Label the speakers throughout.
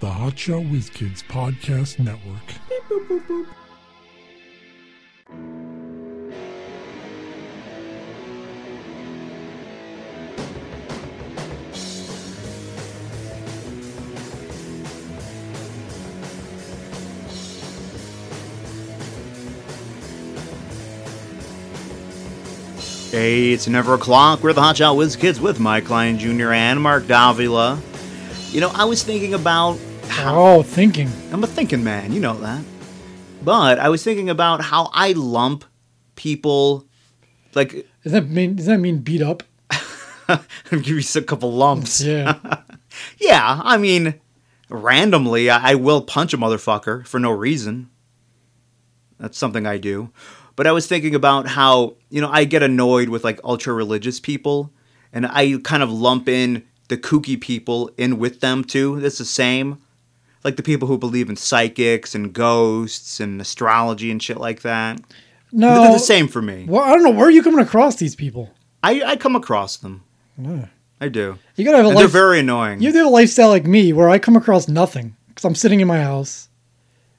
Speaker 1: the Hotshot Whiz Kids Podcast Network.
Speaker 2: Hey, it's never o'clock. We're the Hotshot Whiz Kids with Mike Klein Jr. and Mark Davila. You know, I was thinking about how
Speaker 3: Oh, thinking.
Speaker 2: I'm a thinking man, you know that. But I was thinking about how I lump people, like
Speaker 3: Does that mean? Does that mean beat up?
Speaker 2: give you a couple lumps.
Speaker 3: Yeah.
Speaker 2: Yeah, I mean, randomly, I, I will punch a motherfucker for no reason. That's something I do. But I was thinking about how, you know, I get annoyed with like ultra religious people, and I kind of lump in the kooky people in with them too. That's the same. Like the people who believe in psychics and ghosts and astrology and shit like that.
Speaker 3: No.
Speaker 2: They're the same for me.
Speaker 3: Well, I don't know where are you coming across these people.
Speaker 2: I, I come across them.
Speaker 3: Yeah.
Speaker 2: I do.
Speaker 3: You gotta have a
Speaker 2: And they're
Speaker 3: life.
Speaker 2: very annoying.
Speaker 3: you have to have a lifestyle like me, where I come across nothing because I'm sitting in my house,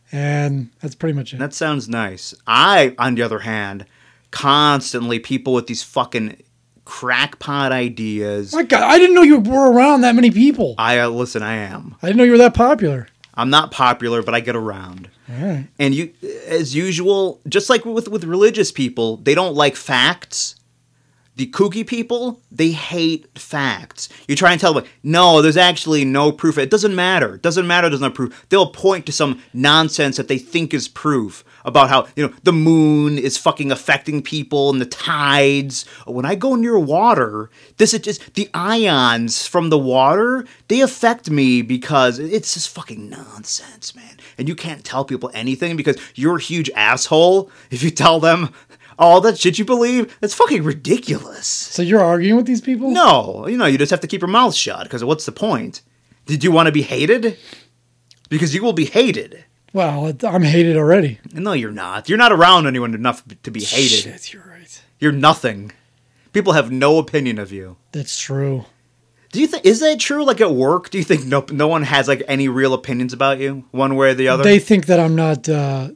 Speaker 3: and that's pretty much it.
Speaker 2: That sounds nice. I, on the other hand, constantly people with these fucking crackpot ideas.
Speaker 3: my God, I didn't know you were around that many people.
Speaker 2: I uh, listen. I am.
Speaker 3: I didn't know you were that popular.
Speaker 2: I'm not popular, but I get around.
Speaker 3: All right.
Speaker 2: And you, as usual, just like with with religious people, they don't like facts. The kooky people, they hate facts. You try and tell them, like, no, there's actually no proof. It doesn't matter. It doesn't matter. There's no proof. They'll point to some nonsense that they think is proof about how you know the moon is fucking affecting people and the tides. When I go near water, this is just the ions from the water. They affect me because it's just fucking nonsense, man. And you can't tell people anything because you're a huge asshole if you tell them all that shit you believe? That's fucking ridiculous.
Speaker 3: So you're arguing with these people?
Speaker 2: No, you know, you just have to keep your mouth shut because what's the point? Did you want to be hated? Because you will be hated.
Speaker 3: Well, it- I'm hated already.
Speaker 2: No, you're not. You're not around anyone enough to be hated.
Speaker 3: Shit, you're right.
Speaker 2: You're nothing. People have no opinion of you.
Speaker 3: That's true.
Speaker 2: Do you think is that true? Like at work, do you think no no one has like any real opinions about you, one way or the other?
Speaker 3: They think that I'm not. Uh,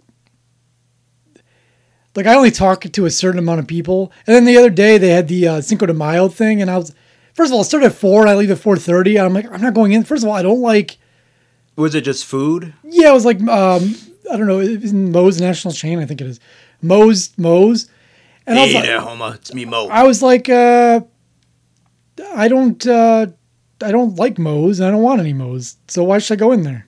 Speaker 3: like I only talk to a certain amount of people, and then the other day they had the uh, Cinco de Mayo thing, and I was first of all, I started at four, and I leave at four thirty. I'm like, I'm not going in. First of all, I don't like.
Speaker 2: Was it just food?
Speaker 3: Yeah, it was like um, I don't know, it was in Moe's National Chain, I think it is. Moe's Moe's, and I was
Speaker 2: Hey
Speaker 3: like,
Speaker 2: there, homo. It's me, Mo.
Speaker 3: I was like, uh, I don't, uh, I don't like Moe's, and I don't want any Moe's, so why should I go in there?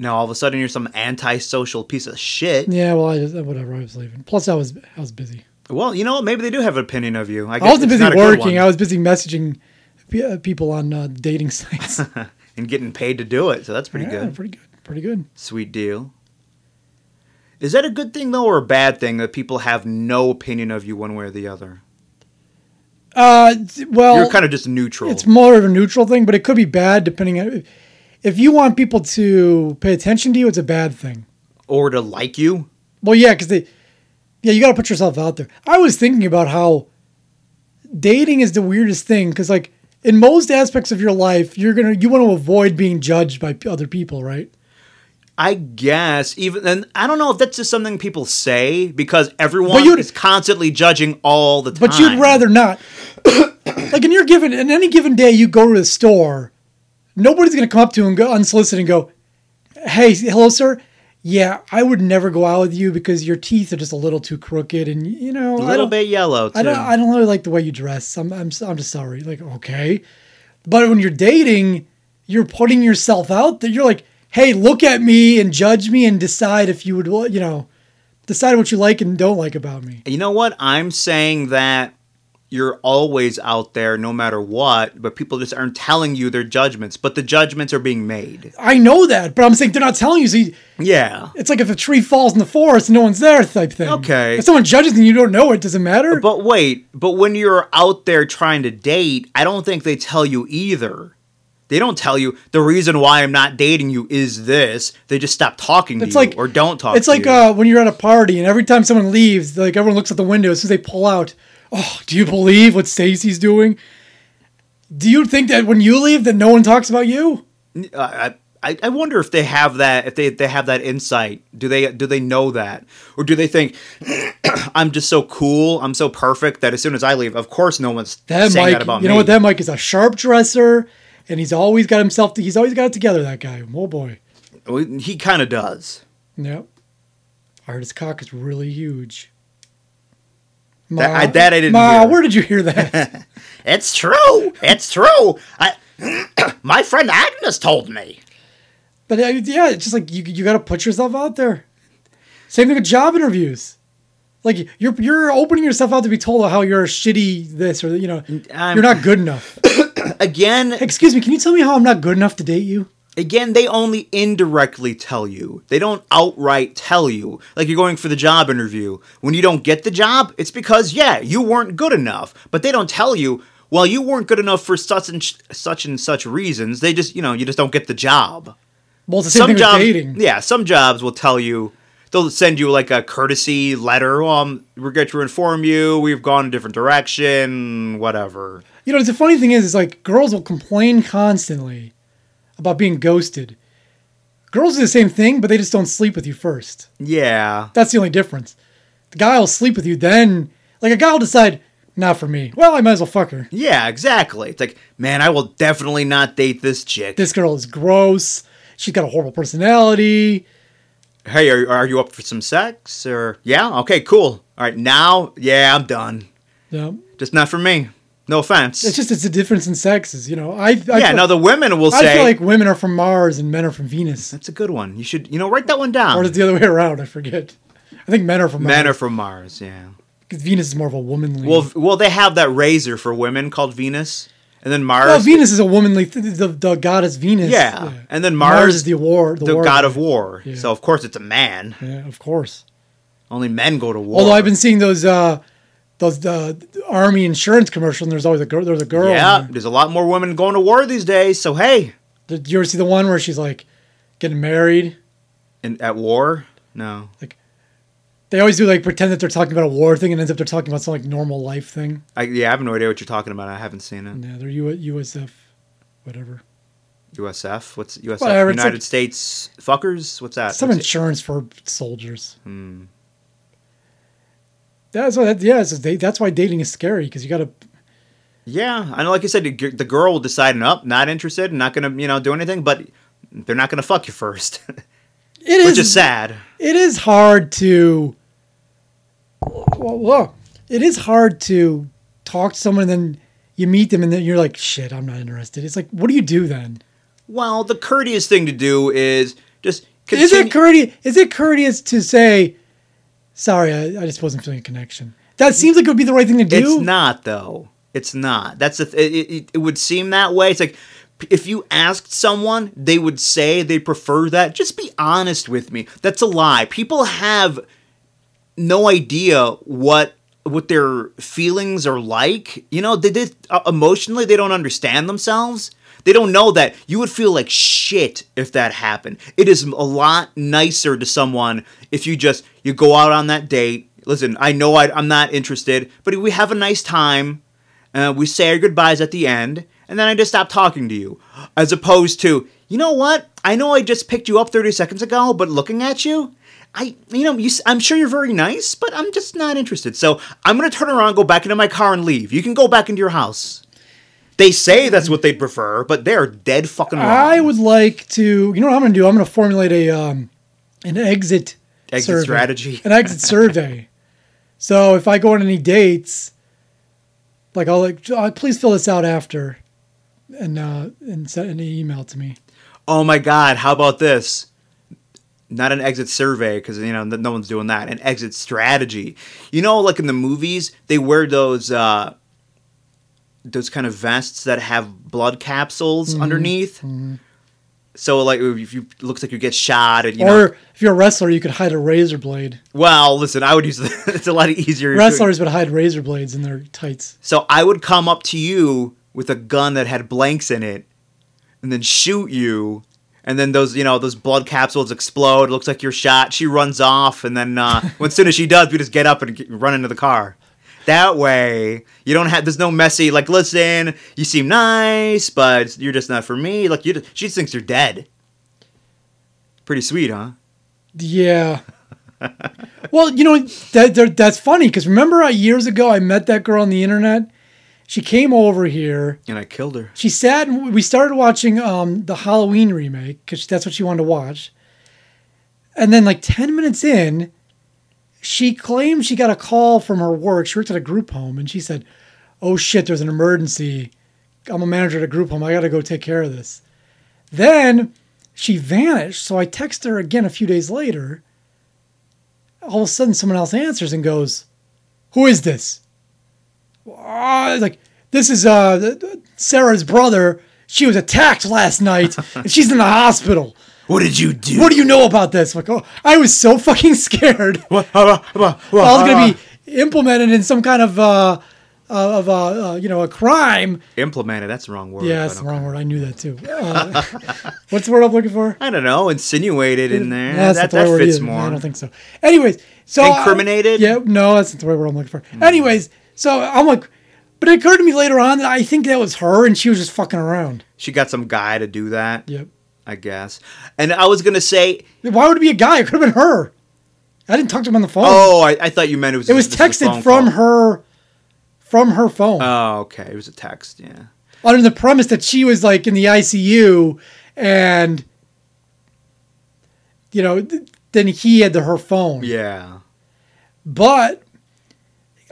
Speaker 2: now all of a sudden you're some antisocial piece of shit.
Speaker 3: Yeah, well, I just, whatever. I was leaving. Plus, I was I was busy.
Speaker 2: Well, you know what? Maybe they do have an opinion of you.
Speaker 3: I wasn't
Speaker 2: it's
Speaker 3: busy
Speaker 2: not a good
Speaker 3: working.
Speaker 2: one.
Speaker 3: I was busy messaging pe- uh, people on uh, dating sites.
Speaker 2: and getting paid to do it. So that's pretty
Speaker 3: Yeah,
Speaker 2: good.
Speaker 3: Pretty good. Pretty good.
Speaker 2: Sweet deal. Is that a good thing though, or a bad thing that people have no opinion of you one way or the other?
Speaker 3: Uh, d- well,
Speaker 2: You're kind of just neutral.
Speaker 3: it's more of a neutral thing, but it could be bad depending on if you want people to pay attention to you. It's a bad thing.
Speaker 2: or to like you.
Speaker 3: Well, yeah, because they, yeah, you got to put yourself out there. I was thinking about how dating is the weirdest thing because, like, in most aspects of your life, you're gonna you want to avoid being judged by p- other people, right?
Speaker 2: I guess even and I don't know if that's just something people say because
Speaker 3: But
Speaker 2: everyone
Speaker 3: you'd-
Speaker 2: is constantly judging all the time.
Speaker 3: But you'd rather not. like, in your given, in any given day, you go to the store, nobody's gonna come up to you and go unsolicited and go, "Hey, hello, sir." Yeah, I would never go out with you because your teeth are just a little too crooked, and you know,
Speaker 2: a
Speaker 3: I
Speaker 2: little
Speaker 3: don't,
Speaker 2: bit yellow too.
Speaker 3: I don't. I don't really like the way you dress. I'm. I'm. I'm just sorry. Like okay, but when you're dating, you're putting yourself out there. You're like, hey, look at me and judge me and decide if you would. You know, decide what you like and don't like about me.
Speaker 2: you know what? I'm saying that you're always out there no matter what, but people just aren't telling you their judgments, but the judgments are being made.
Speaker 3: I know that, but I'm saying they're not telling you. So you-
Speaker 2: Yeah.
Speaker 3: it's like if a tree falls in the forest and no one's there type thing.
Speaker 2: Okay.
Speaker 3: If someone judges and you don't know it, does it matter?
Speaker 2: But wait, but when you're out there trying to date, I don't think they tell you either. They don't tell you the reason why I'm not dating you is this. They just stop talking to
Speaker 3: It's
Speaker 2: you
Speaker 3: like-
Speaker 2: or don't talk
Speaker 3: it's
Speaker 2: to
Speaker 3: like
Speaker 2: you.
Speaker 3: uh, when you're at a party and every time someone leaves, like everyone looks out the window as soon as they pull out. Oh, do you believe what Stacy's doing? Do you think that when you leave, that no one talks about you?
Speaker 2: I, I, I, I wonder if they have that if they they have that insight. Do they do they know that? Or do they think I'm just so cool, I'm so perfect that as soon as I leave, of course no one's
Speaker 3: That
Speaker 2: saying
Speaker 3: Mike,
Speaker 2: that about
Speaker 3: you
Speaker 2: me.
Speaker 3: know what? That Mike is a sharp dresser, and he's always got himself. he's always got it together. That guy. Oh boy.
Speaker 2: Well, he kind of does.
Speaker 3: Yep. Artist cock is really huge. Ma,
Speaker 2: That- I- that I didn't
Speaker 3: Ma,
Speaker 2: hear.
Speaker 3: where did you hear that?
Speaker 2: It's true. It's true. I my friend Agnes told me.
Speaker 3: but uh, yeah, it's just like you you got to put yourself out there. Same thing with job interviews. Like you're you're opening yourself out to be told how you're a shitty this or you know
Speaker 2: I'm-
Speaker 3: you're not good enough.
Speaker 2: Again,
Speaker 3: Excuse me, can you tell me how I'm not good enough to date you?
Speaker 2: again they only indirectly tell you they don't outright tell you like you're going for the job interview when you don't get the job it's because yeah you weren't good enough but they don't tell you well you weren't good enough for such and sh- such and such reasons they just you know you just don't get the job
Speaker 3: Well, it's the same thing
Speaker 2: jobs
Speaker 3: with dating.
Speaker 2: yeah some jobs will tell you they'll send you like a courtesy letter um we're going to inform you we've gone a different direction whatever
Speaker 3: You know, the funny thing is, is like girls will complain constantly about being ghosted. Girls do the same thing, but they just don't sleep with you first.
Speaker 2: yeah
Speaker 3: That's the only difference. The guy will sleep with you, then like a guy will decide, not for me. Well, I might as well fuck her.
Speaker 2: yeah exactly it's like man i will definitely not date this chick
Speaker 3: This girl is gross. She's got a horrible personality.
Speaker 2: hey are, are you up for some sex or yeah okay cool all right now yeah i'm done
Speaker 3: You know,
Speaker 2: just not for me no offense
Speaker 3: it's just it's a difference in sexes. You know, I, I
Speaker 2: yeah
Speaker 3: feel,
Speaker 2: now the women will
Speaker 3: I
Speaker 2: say
Speaker 3: feel like women are from Mars and men are from Venus,
Speaker 2: that's a good one you should you know write that one down
Speaker 3: or is it the other way around? I forget. I think men are from
Speaker 2: men are
Speaker 3: Mars.
Speaker 2: from mars yeah
Speaker 3: 'cause Venus is more of a womanly.
Speaker 2: well well they have that razor for women called venus and then mars
Speaker 3: Well, Venus is a womanly, th- the, the goddess Venus.
Speaker 2: yeah. and then mars,
Speaker 3: is the war, the,
Speaker 2: the
Speaker 3: war
Speaker 2: god
Speaker 3: guy.
Speaker 2: of war
Speaker 3: Yeah.
Speaker 2: so of course it's a man
Speaker 3: Yeah, of course.
Speaker 2: only men go to war
Speaker 3: Although I've been seeing those uh, those uh, army insurance commercials, and there's always a girl. There's a girl. in
Speaker 2: yeah
Speaker 3: there.
Speaker 2: there's a lot more women going to war these days so hey
Speaker 3: Did you ever see the one where she's like getting married?
Speaker 2: and at war no
Speaker 3: They always do like pretend that they're talking about a war thing, and ends up they're talking about some like normal life thing.
Speaker 2: I, yeah i have no idea what you're talking about i haven't seen it
Speaker 3: Yeah, they're U- USF, whatever.
Speaker 2: USF? What's USF?
Speaker 3: Whatever, it's
Speaker 2: United
Speaker 3: like-
Speaker 2: States fuckers? What's that?
Speaker 3: Some
Speaker 2: What's Hmm.
Speaker 3: insurance for soldiers. That's why. That, yeah, it's just, da- that's why dating is scary because you got to
Speaker 2: it? Yeah, I know. Like you said, the g- the girl will decide, up, not interested, not gonna, you know, do anything. But they're not gonna fuck you first,
Speaker 3: It is.
Speaker 2: which is sad.
Speaker 3: it is hard to whoa, whoa. it is hard to talk to someone and then you meet them and then you're like shit i'm not interested it's like what do you do then
Speaker 2: Well, the courteous thing to do is just.
Speaker 3: is it
Speaker 2: continue-
Speaker 3: courteous is it courteous to say sorry I, I just wasn't feeling a connection that seems like it would be the right thing to do
Speaker 2: It's not though. It's not. That's the th- it, it. It would seem that way. It's like p- if you asked someone, they would say they prefer that. Just be honest with me. That's a lie. People have no idea what what their feelings are like. You know, they did uh, emotionally. They don't understand themselves. They don't know that you would feel like shit if that happened. It is a lot nicer to someone if you just you go out on that date. Listen, I know I, I'm not interested, but we have a nice time. Uh, we say our goodbyes at the end, and then I just stop talking to you. As opposed to, you know what? I know I just picked you up 30 seconds ago, but looking at you, I, you know, you, s- I'm sure you're very nice, but I'm just not interested. So I'm gonna turn around, go back into my car, and leave. You can go back into your house. They say that's what they prefer, but they are dead fucking wrong.
Speaker 3: i would like to you know what i'm gonna do i'm gonna formulate a um an exit
Speaker 2: Exit
Speaker 3: survey.
Speaker 2: strategy.
Speaker 3: an exit survey so if i go on any dates like i'll like uh, please fill this out after and uh and send an email to me
Speaker 2: oh my god, how about this? Not an exit survey because you know n- no one's doing that. An exit strategy. You know, like in the movies, they wear those uh, those kind of vests that have blood capsules underneath. So like if you looks like you get shot and you know,
Speaker 3: or if you're a wrestler you could hide a razor blade
Speaker 2: Well, listen, I would use it's a lot easier. to-
Speaker 3: wrestlers would hide razor blades in their tights
Speaker 2: So I would come up to you with a gun that had blanks in it, and then shoot you, and then those you know those blood capsules explode. It looks like you're shot. She runs off, and then uh, when, as soon as she does, we just get up and get, run into the car. That way, you don't have there's no messy like. Listen, you seem nice, but you're just not for me. Like you, just, she thinks you're dead. Pretty sweet, huh?
Speaker 3: Yeah. well, you know that, that that's funny because remember uh, years ago I met that girl on the internet. She came over here.
Speaker 2: And I killed her.
Speaker 3: She sat and we started watching um, the Halloween remake because that's what she wanted to watch. And then, like ten minutes in, she claimed she got a call from her work. She worked at a group home, and she said, "Oh shit, there's an emergency. I'm a manager at a group home. I got to go take care of this." Then she vanished. So I text her again a few days later. All of a sudden, someone else answers and goes, "Who is this?" "Ah," like this is uh, Sarah's brother. She was attacked last night, and she's in the hospital.
Speaker 2: What did you do?
Speaker 3: What do you know about this? Like, oh, I was so fucking scared. I was going to
Speaker 2: uh,
Speaker 3: be implemented in some kind of uh, uh, of uh, uh, you know a crime.
Speaker 2: implemented? That's the wrong word.
Speaker 3: Yeah,
Speaker 2: but
Speaker 3: that's the
Speaker 2: okay.
Speaker 3: wrong word. I knew that too. Uh, what's the word I'm looking for?
Speaker 2: I don't know. Insinuated in there.
Speaker 3: No,
Speaker 2: that
Speaker 3: not the
Speaker 2: that
Speaker 3: right word
Speaker 2: fits
Speaker 3: either.
Speaker 2: more.
Speaker 3: I don't think so. Anyways, so I-
Speaker 2: Incriminated? Hmm.
Speaker 3: yeah, no, that's not the right word I'm looking for. Anyways, so I'm like, but it occurred to me later on that I think that was her, and she was just fucking around.
Speaker 2: she got some guy to do that.
Speaker 3: Yep.
Speaker 2: I guess. And I was gonna say,
Speaker 3: Why would it be a guy? It could have been her. I didn't talk to him on the phone.
Speaker 2: oh, I, I thought you meant it was.
Speaker 3: it was
Speaker 2: this a
Speaker 3: texted
Speaker 2: phone
Speaker 3: from
Speaker 2: call.
Speaker 3: her, from her phone.
Speaker 2: Oh, okay. It was a text. Yeah.
Speaker 3: under the premise that she was like in the ICU and you know th- then he had the, her phone.
Speaker 2: Yeah.
Speaker 3: But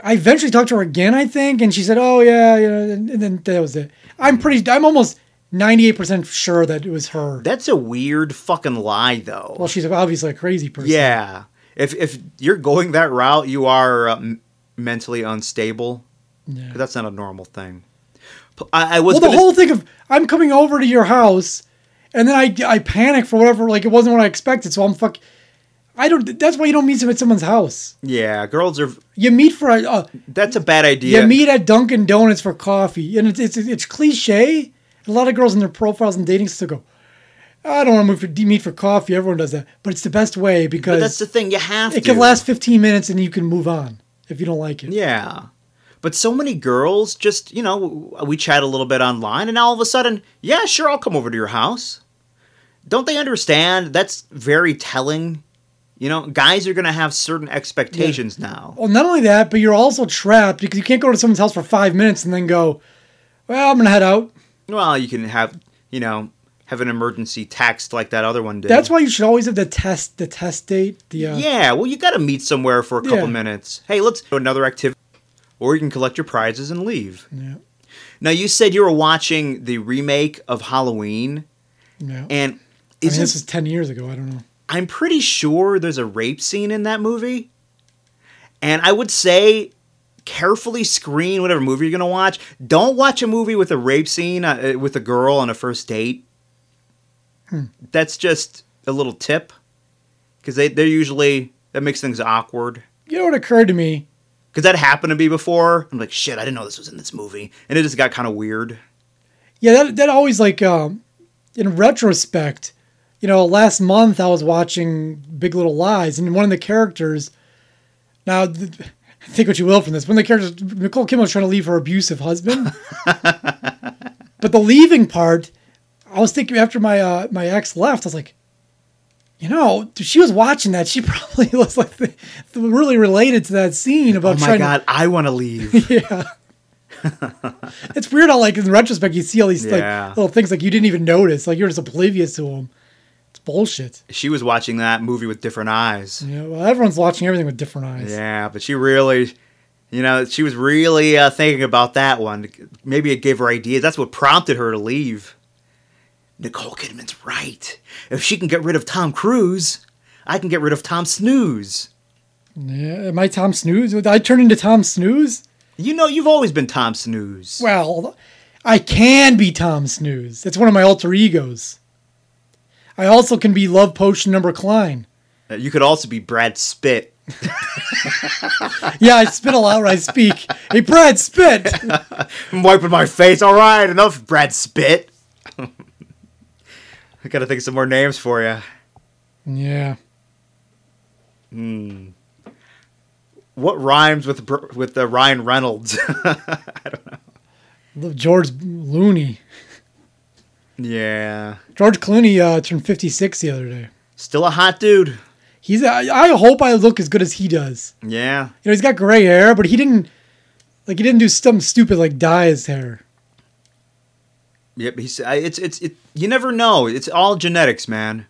Speaker 3: I eventually talked to her again, I think, and she said, "Oh yeah, you know," and, and then that was it. I'm pretty. I'm almost ninety eight percent sure that it was her.
Speaker 2: That's a weird fucking lie, though.
Speaker 3: well, she's obviously a crazy person.
Speaker 2: yeah. If if you're going that route, you are uh, m- mentally unstable.
Speaker 3: Yeah.
Speaker 2: 'Cause That's not a normal thing. P- I, I was
Speaker 3: Well, the
Speaker 2: gonna-
Speaker 3: whole thing of I'm coming over to your house, and then I I panic for whatever like it wasn't what I expected, so I'm fuck. I don't. That's why you don't meet at someone's house.
Speaker 2: yeah, girls are.
Speaker 3: You meet for a. Uh,
Speaker 2: That's a bad
Speaker 3: You
Speaker 2: idea.
Speaker 3: meet at Dunkin' Donuts for coffee, and it's it's, it's cliche. A lot of girls in their profiles and dating still go, "I don't want to move for meet for coffee." Everyone does that, but it's the best way
Speaker 2: but that's
Speaker 3: because
Speaker 2: the thing. You have
Speaker 3: it
Speaker 2: to.
Speaker 3: can last 15 minutes and you can move on if you don't like it.
Speaker 2: Yeah. But so many girls just, you know, w- we chat a little bit online and now all of a sudden, yeah, sure, I'll come over to your house. Don't they understand? That's very telling. You know, guys are going to have certain expectations now.
Speaker 3: Well, not only that, but you're also trapped because you can't go to someone's house for five minutes and then go, "Well, I'm gonna head out."
Speaker 2: Well, you can have, you know, have an emergency text like that other one did.
Speaker 3: That's why you should always have the test the test date. The uh,
Speaker 2: Yeah, well, you got to meet somewhere for a couple
Speaker 3: Yeah.
Speaker 2: minutes. Hey, let's do another activity. Or you can collect your prizes and leave.
Speaker 3: yeah,
Speaker 2: Now, you said you were watching the remake of Halloween,
Speaker 3: yeah.
Speaker 2: and
Speaker 3: I mean,
Speaker 2: isn't
Speaker 3: this is 10 years ago. I don't know.
Speaker 2: I'm pretty sure there's a rape scene in that movie. And I would say carefully screen whatever movie you're going to watch. Don't watch a movie with a rape scene uh, uh, with a girl on a first date.
Speaker 3: Hmm.
Speaker 2: That's just a little tip cuz they they're usually that makes things awkward.
Speaker 3: You know what occurred to me?
Speaker 2: Cuz that happened to me before. I'm like, shit, I didn't know this was in this movie. And it just got kind of weird.
Speaker 3: Yeah, that that always like um, in retrospect, you know, last month I was watching Big Little Lies, and one of the characters. Now, th- think what you will from this. One of the characters, Nicole Kidman, was trying to leave her abusive husband, but the leaving part, I was thinking after my uh, my ex left, I was like, you know, if she was watching that. She probably was like really related to that scene about
Speaker 2: Oh my
Speaker 3: trying to
Speaker 2: god, I want to leave.
Speaker 3: It's weird how, like, in retrospect, you see all these
Speaker 2: Yeah.
Speaker 3: like little things like you didn't even notice. Like you're just oblivious to them. It's bullshit.
Speaker 2: she was watching that movie with different eyes.
Speaker 3: You know, well, everyone's watching everything with different eyes.
Speaker 2: Yeah, but she really, you know, she was really uh, thinking about that one. Maybe it gave her ideas. That's what prompted her to leave. Nicole Kidman's right. If she can get rid of Tom Cruise, I can get rid of Tom Snooze.
Speaker 3: Yeah, Am I Tom Snooze? Would I turn into Tom Snooze?
Speaker 2: You know, you've always been Tom Snooze.
Speaker 3: Well, I can be Tom Snooze. It's one of my alter egos. I also can be Love Potion Number Klein.
Speaker 2: Uh, You could also be Brad Spit.
Speaker 3: Yeah, I spit a lot when I speak. Hey, Brad, spit.
Speaker 2: I'm wiping my face. All right, enough, Brad Spit. I gotta think of some more names for you.
Speaker 3: yeah.
Speaker 2: What rhymes with Br- with uh, Ryan Reynolds?
Speaker 3: George Looney.
Speaker 2: yeah.
Speaker 3: George Clooney uh, turned 56 the other day.
Speaker 2: Still a hot dude.
Speaker 3: He's. I, I hope I look as good as he does.
Speaker 2: Yeah.
Speaker 3: You know, he's got gray hair, but he didn't. Like he didn't do something stupid like dye his hair.
Speaker 2: Yep. He's. I- It's. It's. It. You never know. It's all genetics, man.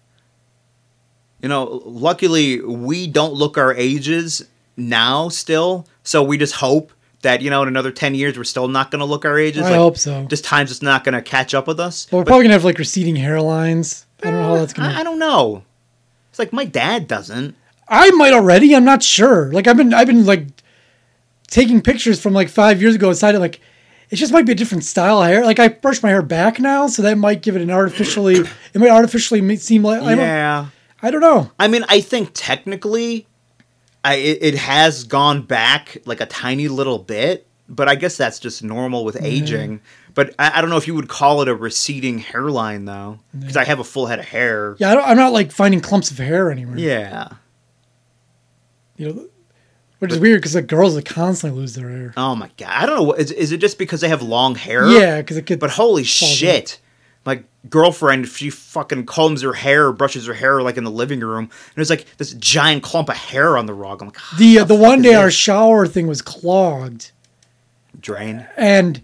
Speaker 2: You know. Luckily, we don't look our ages now. Still, so we just hope that you know in another ten years we're still not going to look our ages.
Speaker 3: I
Speaker 2: Like,
Speaker 3: hope so.
Speaker 2: Just time's just not going to catch up with us.
Speaker 3: But we're
Speaker 2: But
Speaker 3: probably gonna have like receding hairlines. I don't know how that's gonna.
Speaker 2: Uh, I, I don't know. It's like my dad doesn't.
Speaker 3: I might already. I'm not sure. Like I've been, I've been like taking pictures from like five years ago. Inside, like it just might be a different style of hair. Like I brush my hair back now, so that might give it an artificially. it might artificially ma- seem like. I, don't,
Speaker 2: yeah.
Speaker 3: I don't know.
Speaker 2: I mean, I think technically, I it, it has gone back like a tiny little bit, but I guess that's just normal
Speaker 3: Mm-hmm.
Speaker 2: with aging. But I, I don't know if you would call it a receding hairline though, because I have a full head of hair.
Speaker 3: Yeah, I don't, I'm not like finding clumps of hair anywhere.
Speaker 2: Yeah.
Speaker 3: you know, which is weird because like girls like constantly lose their hair.
Speaker 2: Oh my god. I don't know. what- Is is it just because they have long hair?
Speaker 3: Yeah, because it could.
Speaker 2: But holy
Speaker 3: Falls out.
Speaker 2: shit. My girlfriend, she fucking combs her hair, brushes her hair like in the living room, and there's like this giant clump of hair on the rug. I'm like,
Speaker 3: the uh, the one
Speaker 2: is
Speaker 3: day our
Speaker 2: this?
Speaker 3: shower thing was clogged.
Speaker 2: drain.
Speaker 3: and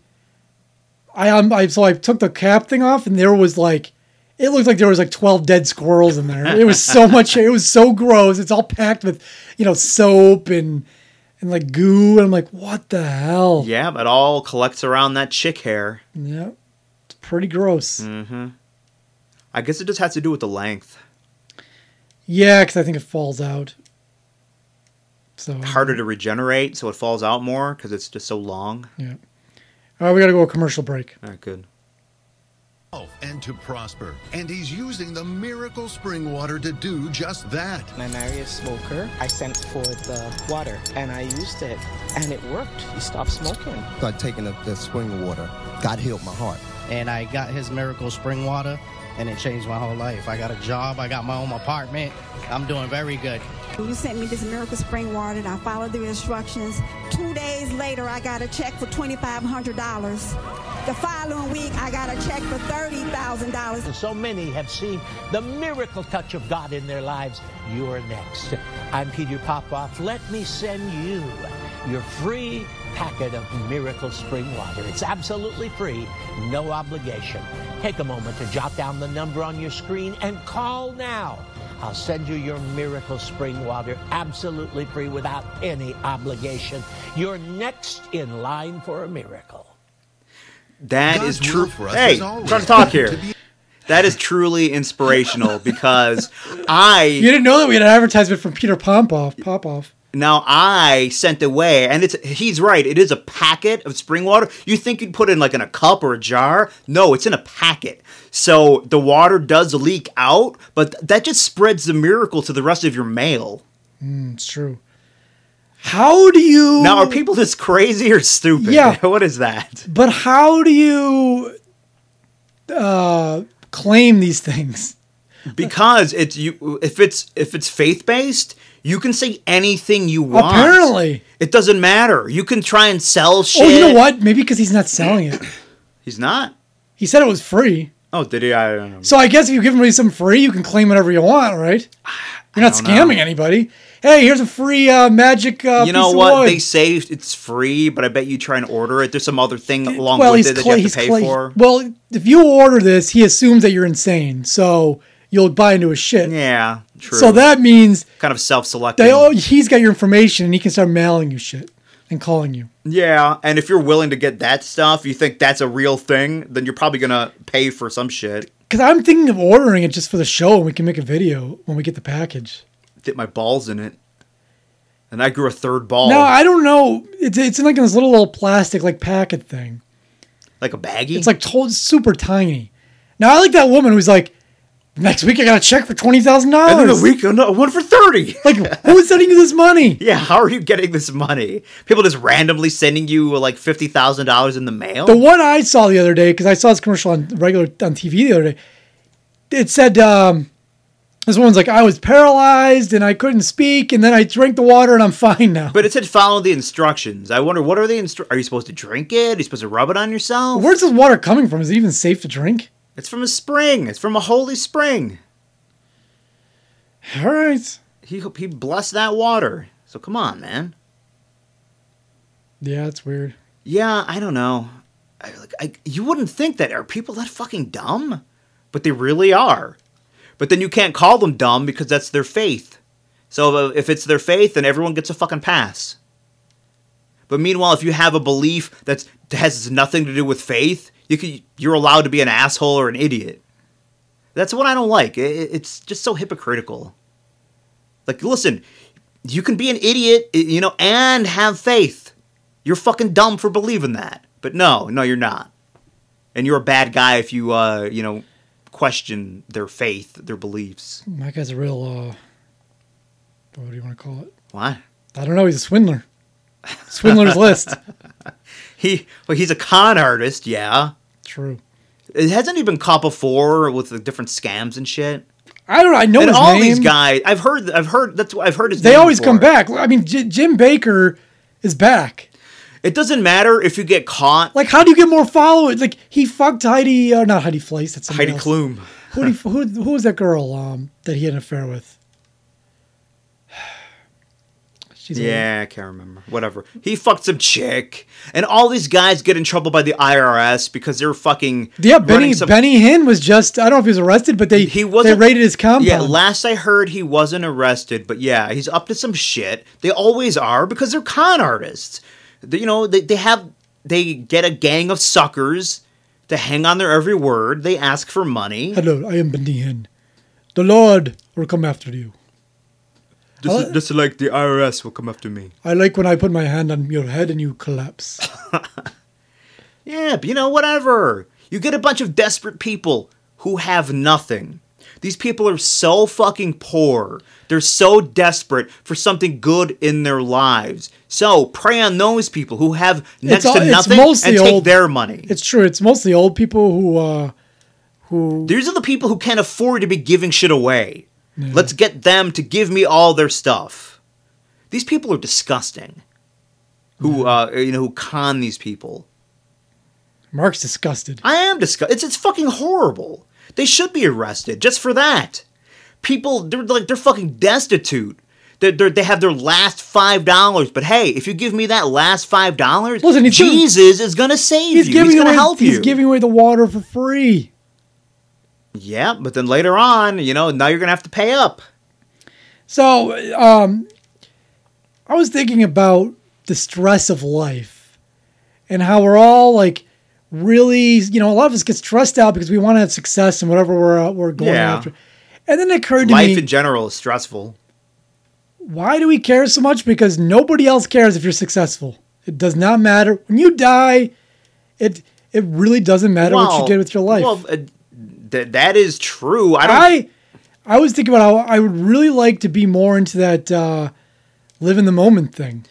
Speaker 3: I um I so I took the cap thing off and there was like it looked like there was like 12 dead squirrels in there. It was so much it was so gross. It's all packed with, you know, soap and and like goo and I'm like what the hell?
Speaker 2: Yeah, but all collects around that chick hair. Mm-hmm.
Speaker 3: Yeah. It's pretty gross.
Speaker 2: Mm.
Speaker 3: Yeah, 'cause
Speaker 2: I guess it just has to do with the length.
Speaker 3: Yeah, cuz I think it falls out. So
Speaker 2: Harder to regenerate, so it falls out more because it's just so long.
Speaker 3: Yeah. All right, we got to go a commercial break.
Speaker 2: All right, good.
Speaker 4: health and to prosper. And he's using the miracle spring water to do just that.
Speaker 5: When I married a smoker, I sent for the water and I used it and it worked. He stopped smoking.
Speaker 6: started taking the, the spring water. God healed my heart.
Speaker 7: and I got his miracle spring water, and it changed my whole life. I got a job, I got my own apartment. I'm doing very good.
Speaker 8: You sent me this miracle spring water and I followed the instructions. Two days later, I got a check for $2,500. The following week, I got a check for $30,000.
Speaker 9: And so many have seen the miracle touch of God in their lives. You're next. I'm Peter Popoff. Let me send you your free packet of miracle spring water. It's absolutely free, no obligation. Take a moment to jot down the number on your screen and call now. I'll send you your miracle spring water absolutely free without any obligation. You're next in line for a miracle.
Speaker 2: That
Speaker 4: God's
Speaker 2: is true.
Speaker 4: will for us
Speaker 2: hey,
Speaker 4: is always
Speaker 2: trying to talk
Speaker 4: to
Speaker 2: here.
Speaker 4: be-
Speaker 2: That is truly inspirational because
Speaker 3: You
Speaker 2: I
Speaker 3: didn't know that we had an advertisement from Peter Pompoff, Popoff.
Speaker 2: now I sent away, and it's he's right. It is a packet of spring water. You think you'd put it in like in a cup or a jar? No, it's in a packet. So the water does leak out, but th- that just spreads the miracle to the rest of your mail.
Speaker 3: It's true. How do you
Speaker 2: Now, are people just crazy or stupid?
Speaker 3: Yeah.
Speaker 2: what is that?
Speaker 3: But how do you uh, claim these things?
Speaker 2: Because it's you. If it's if it's faith based, you can say anything you want.
Speaker 3: Apparently.
Speaker 2: it doesn't matter. You can try and sell shit.
Speaker 3: Oh, you know what? Maybe because he's not selling it.
Speaker 2: He's not.
Speaker 3: He said it was free.
Speaker 2: Oh, did he? I don't know.
Speaker 3: So I guess if you give somebody something free, you can claim whatever you want, right? You're not
Speaker 2: don't know.
Speaker 3: scamming anybody. Hey, here's a free uh, magic uh,
Speaker 2: You know
Speaker 3: piece
Speaker 2: what?
Speaker 3: of wood.
Speaker 2: They say it's free, but I bet you try and order it. There's some other thing along with it that
Speaker 3: cla-
Speaker 2: you have to pay
Speaker 3: cla-
Speaker 2: for.
Speaker 3: Well, if you order this, he assumes that you're insane. So you'll buy into his shit.
Speaker 2: Yeah, true.
Speaker 3: so that means
Speaker 2: kind of self-selecting.
Speaker 3: they all, he's got your information and he can start mailing you shit and calling you.
Speaker 2: yeah, and if you're willing to get that stuff, you think that's a real thing, then you're probably gonna pay for some shit.
Speaker 3: Because I'm thinking of ordering it just for the show, and we can make a video when we get the package.
Speaker 2: dip my balls in it, and I grew a third ball,
Speaker 3: No, I don't know. It's it's in like this little little plastic like packet thing.
Speaker 2: like a baggie.
Speaker 3: It's like told super tiny. Now I like that woman who's like, next week I got a check for twenty thousand
Speaker 2: and then a
Speaker 3: dollars.
Speaker 2: week, no, one for thirty.
Speaker 3: Like who's sending you this money?
Speaker 2: yeah, how are you getting this money? People just randomly sending you like fifty thousand dollars in the mail.
Speaker 3: The one I saw the other day, because I saw this commercial on regular on TV the other day, it said um, this woman's like, I was paralyzed and I couldn't speak, and then I drank the water and I'm fine now.
Speaker 2: but it said follow the instructions. I wonder what are the instru- Are you supposed to drink it? Are you supposed to rub it on yourself?
Speaker 3: Where's this water coming from? Is it even safe to drink?
Speaker 2: It's from a spring. It's from a holy spring.
Speaker 3: All right.
Speaker 2: He he blessed that water. So come on, man.
Speaker 3: Yeah, it's weird.
Speaker 2: Yeah, I don't know. I, like, I, you wouldn't think that are people that fucking dumb, but they really are. But then you can't call them dumb because that's their faith. So if, if it's their faith, then everyone gets a fucking pass. But meanwhile, if you have a belief that has nothing to do with faith, you can, you're allowed to be an asshole or an idiot. That's what I don't like. It, it's just so hypocritical. Like, listen, you can be an idiot, you know, and have faith. You're fucking dumb for believing that. But no, no, you're not. And you're a bad guy if you, uh, you know, question their faith, their beliefs.
Speaker 3: My guy's a real, uh, what do you want to call it?
Speaker 2: Why?
Speaker 3: I don't know. He's a swindler. Swindler's list.
Speaker 2: He, well, he's a con artist, yeah.
Speaker 3: True.
Speaker 2: Hasn't he been caught before with the different scams and shit?
Speaker 3: I don't know. I know
Speaker 2: and
Speaker 3: his
Speaker 2: all
Speaker 3: name.
Speaker 2: these guys, I've heard, I've heard. That's what I've heard. His
Speaker 3: They
Speaker 2: name
Speaker 3: always
Speaker 2: before.
Speaker 3: come back. I mean, J- Jim Baker is back.
Speaker 2: It doesn't matter if you get caught.
Speaker 3: Like, how do you get more followers? Like, he fucked Heidi, uh, not Heidi Fleiss. That's somebody
Speaker 2: Heidi
Speaker 3: else.
Speaker 2: Klum.
Speaker 3: Who, did he, who, who was that girl um, that he had an affair with? She's a-
Speaker 2: Yeah, I can't remember. Whatever. He fucked some chick, and all these guys get in trouble by the IRS because they're fucking
Speaker 3: yeah,
Speaker 2: running
Speaker 3: Benny
Speaker 2: some-
Speaker 3: Benny Hinn was just, I don't know if he was arrested, but they
Speaker 2: He
Speaker 3: they
Speaker 2: wasn't-
Speaker 3: raided his compound.
Speaker 2: Yeah, last I heard, he wasn't arrested, but yeah, he's up to some shit. They always are because they're con artists. They- you know, they, they have they get a gang of suckers to hang on their every word. They ask for money.
Speaker 3: Hello, I am Benny Hinn. The Lord will come after you.
Speaker 2: Just, just like the IRS will come after me.
Speaker 3: I like when I put my hand on your head and you collapse.
Speaker 2: Yeah, but you know, whatever. You get a bunch of desperate people who have nothing. These people are so fucking poor. They're so desperate for something good in their lives. So prey on those people who have next
Speaker 3: all-
Speaker 2: to
Speaker 3: it's
Speaker 2: nothing
Speaker 3: mostly
Speaker 2: and take
Speaker 3: old-
Speaker 2: their money.
Speaker 3: It's true. It's mostly old people who uh who
Speaker 2: These are the people who can't afford to be giving shit away. Let's get them to give me all their stuff. These people are disgusting. Who uh, you know who con these people?
Speaker 3: Mark's disgusted.
Speaker 2: I am disgusted. It's it's fucking horrible. They should be arrested just for that. People they're like they're fucking destitute. They're, they're, they have their last five dollars, but hey, if you give me that last five dollars,
Speaker 3: Listen, he's giving-
Speaker 2: Jesus is gonna save
Speaker 3: He's
Speaker 2: you.
Speaker 3: giving
Speaker 2: he's gonna
Speaker 3: away
Speaker 2: help
Speaker 3: he's
Speaker 2: you.
Speaker 3: giving away the water for free.
Speaker 2: yeah, but then later on, you know, now you're gonna have to pay up.
Speaker 3: So, um I was thinking about the stress of life and how we're all like really, you know, a lot of us get stressed out because we want to have success and whatever we're uh, we're going
Speaker 2: Yeah.
Speaker 3: after. And then it occurred to
Speaker 2: Life
Speaker 3: me,
Speaker 2: in general is stressful.
Speaker 3: why do we care so much? Because nobody else cares if you're successful. It does not matter when you die. It it really doesn't matter what you did with your life.
Speaker 2: Well, uh, th- that is true. I don't.
Speaker 3: I I was thinking about how I would really like to be more into that uh, live in the moment thing.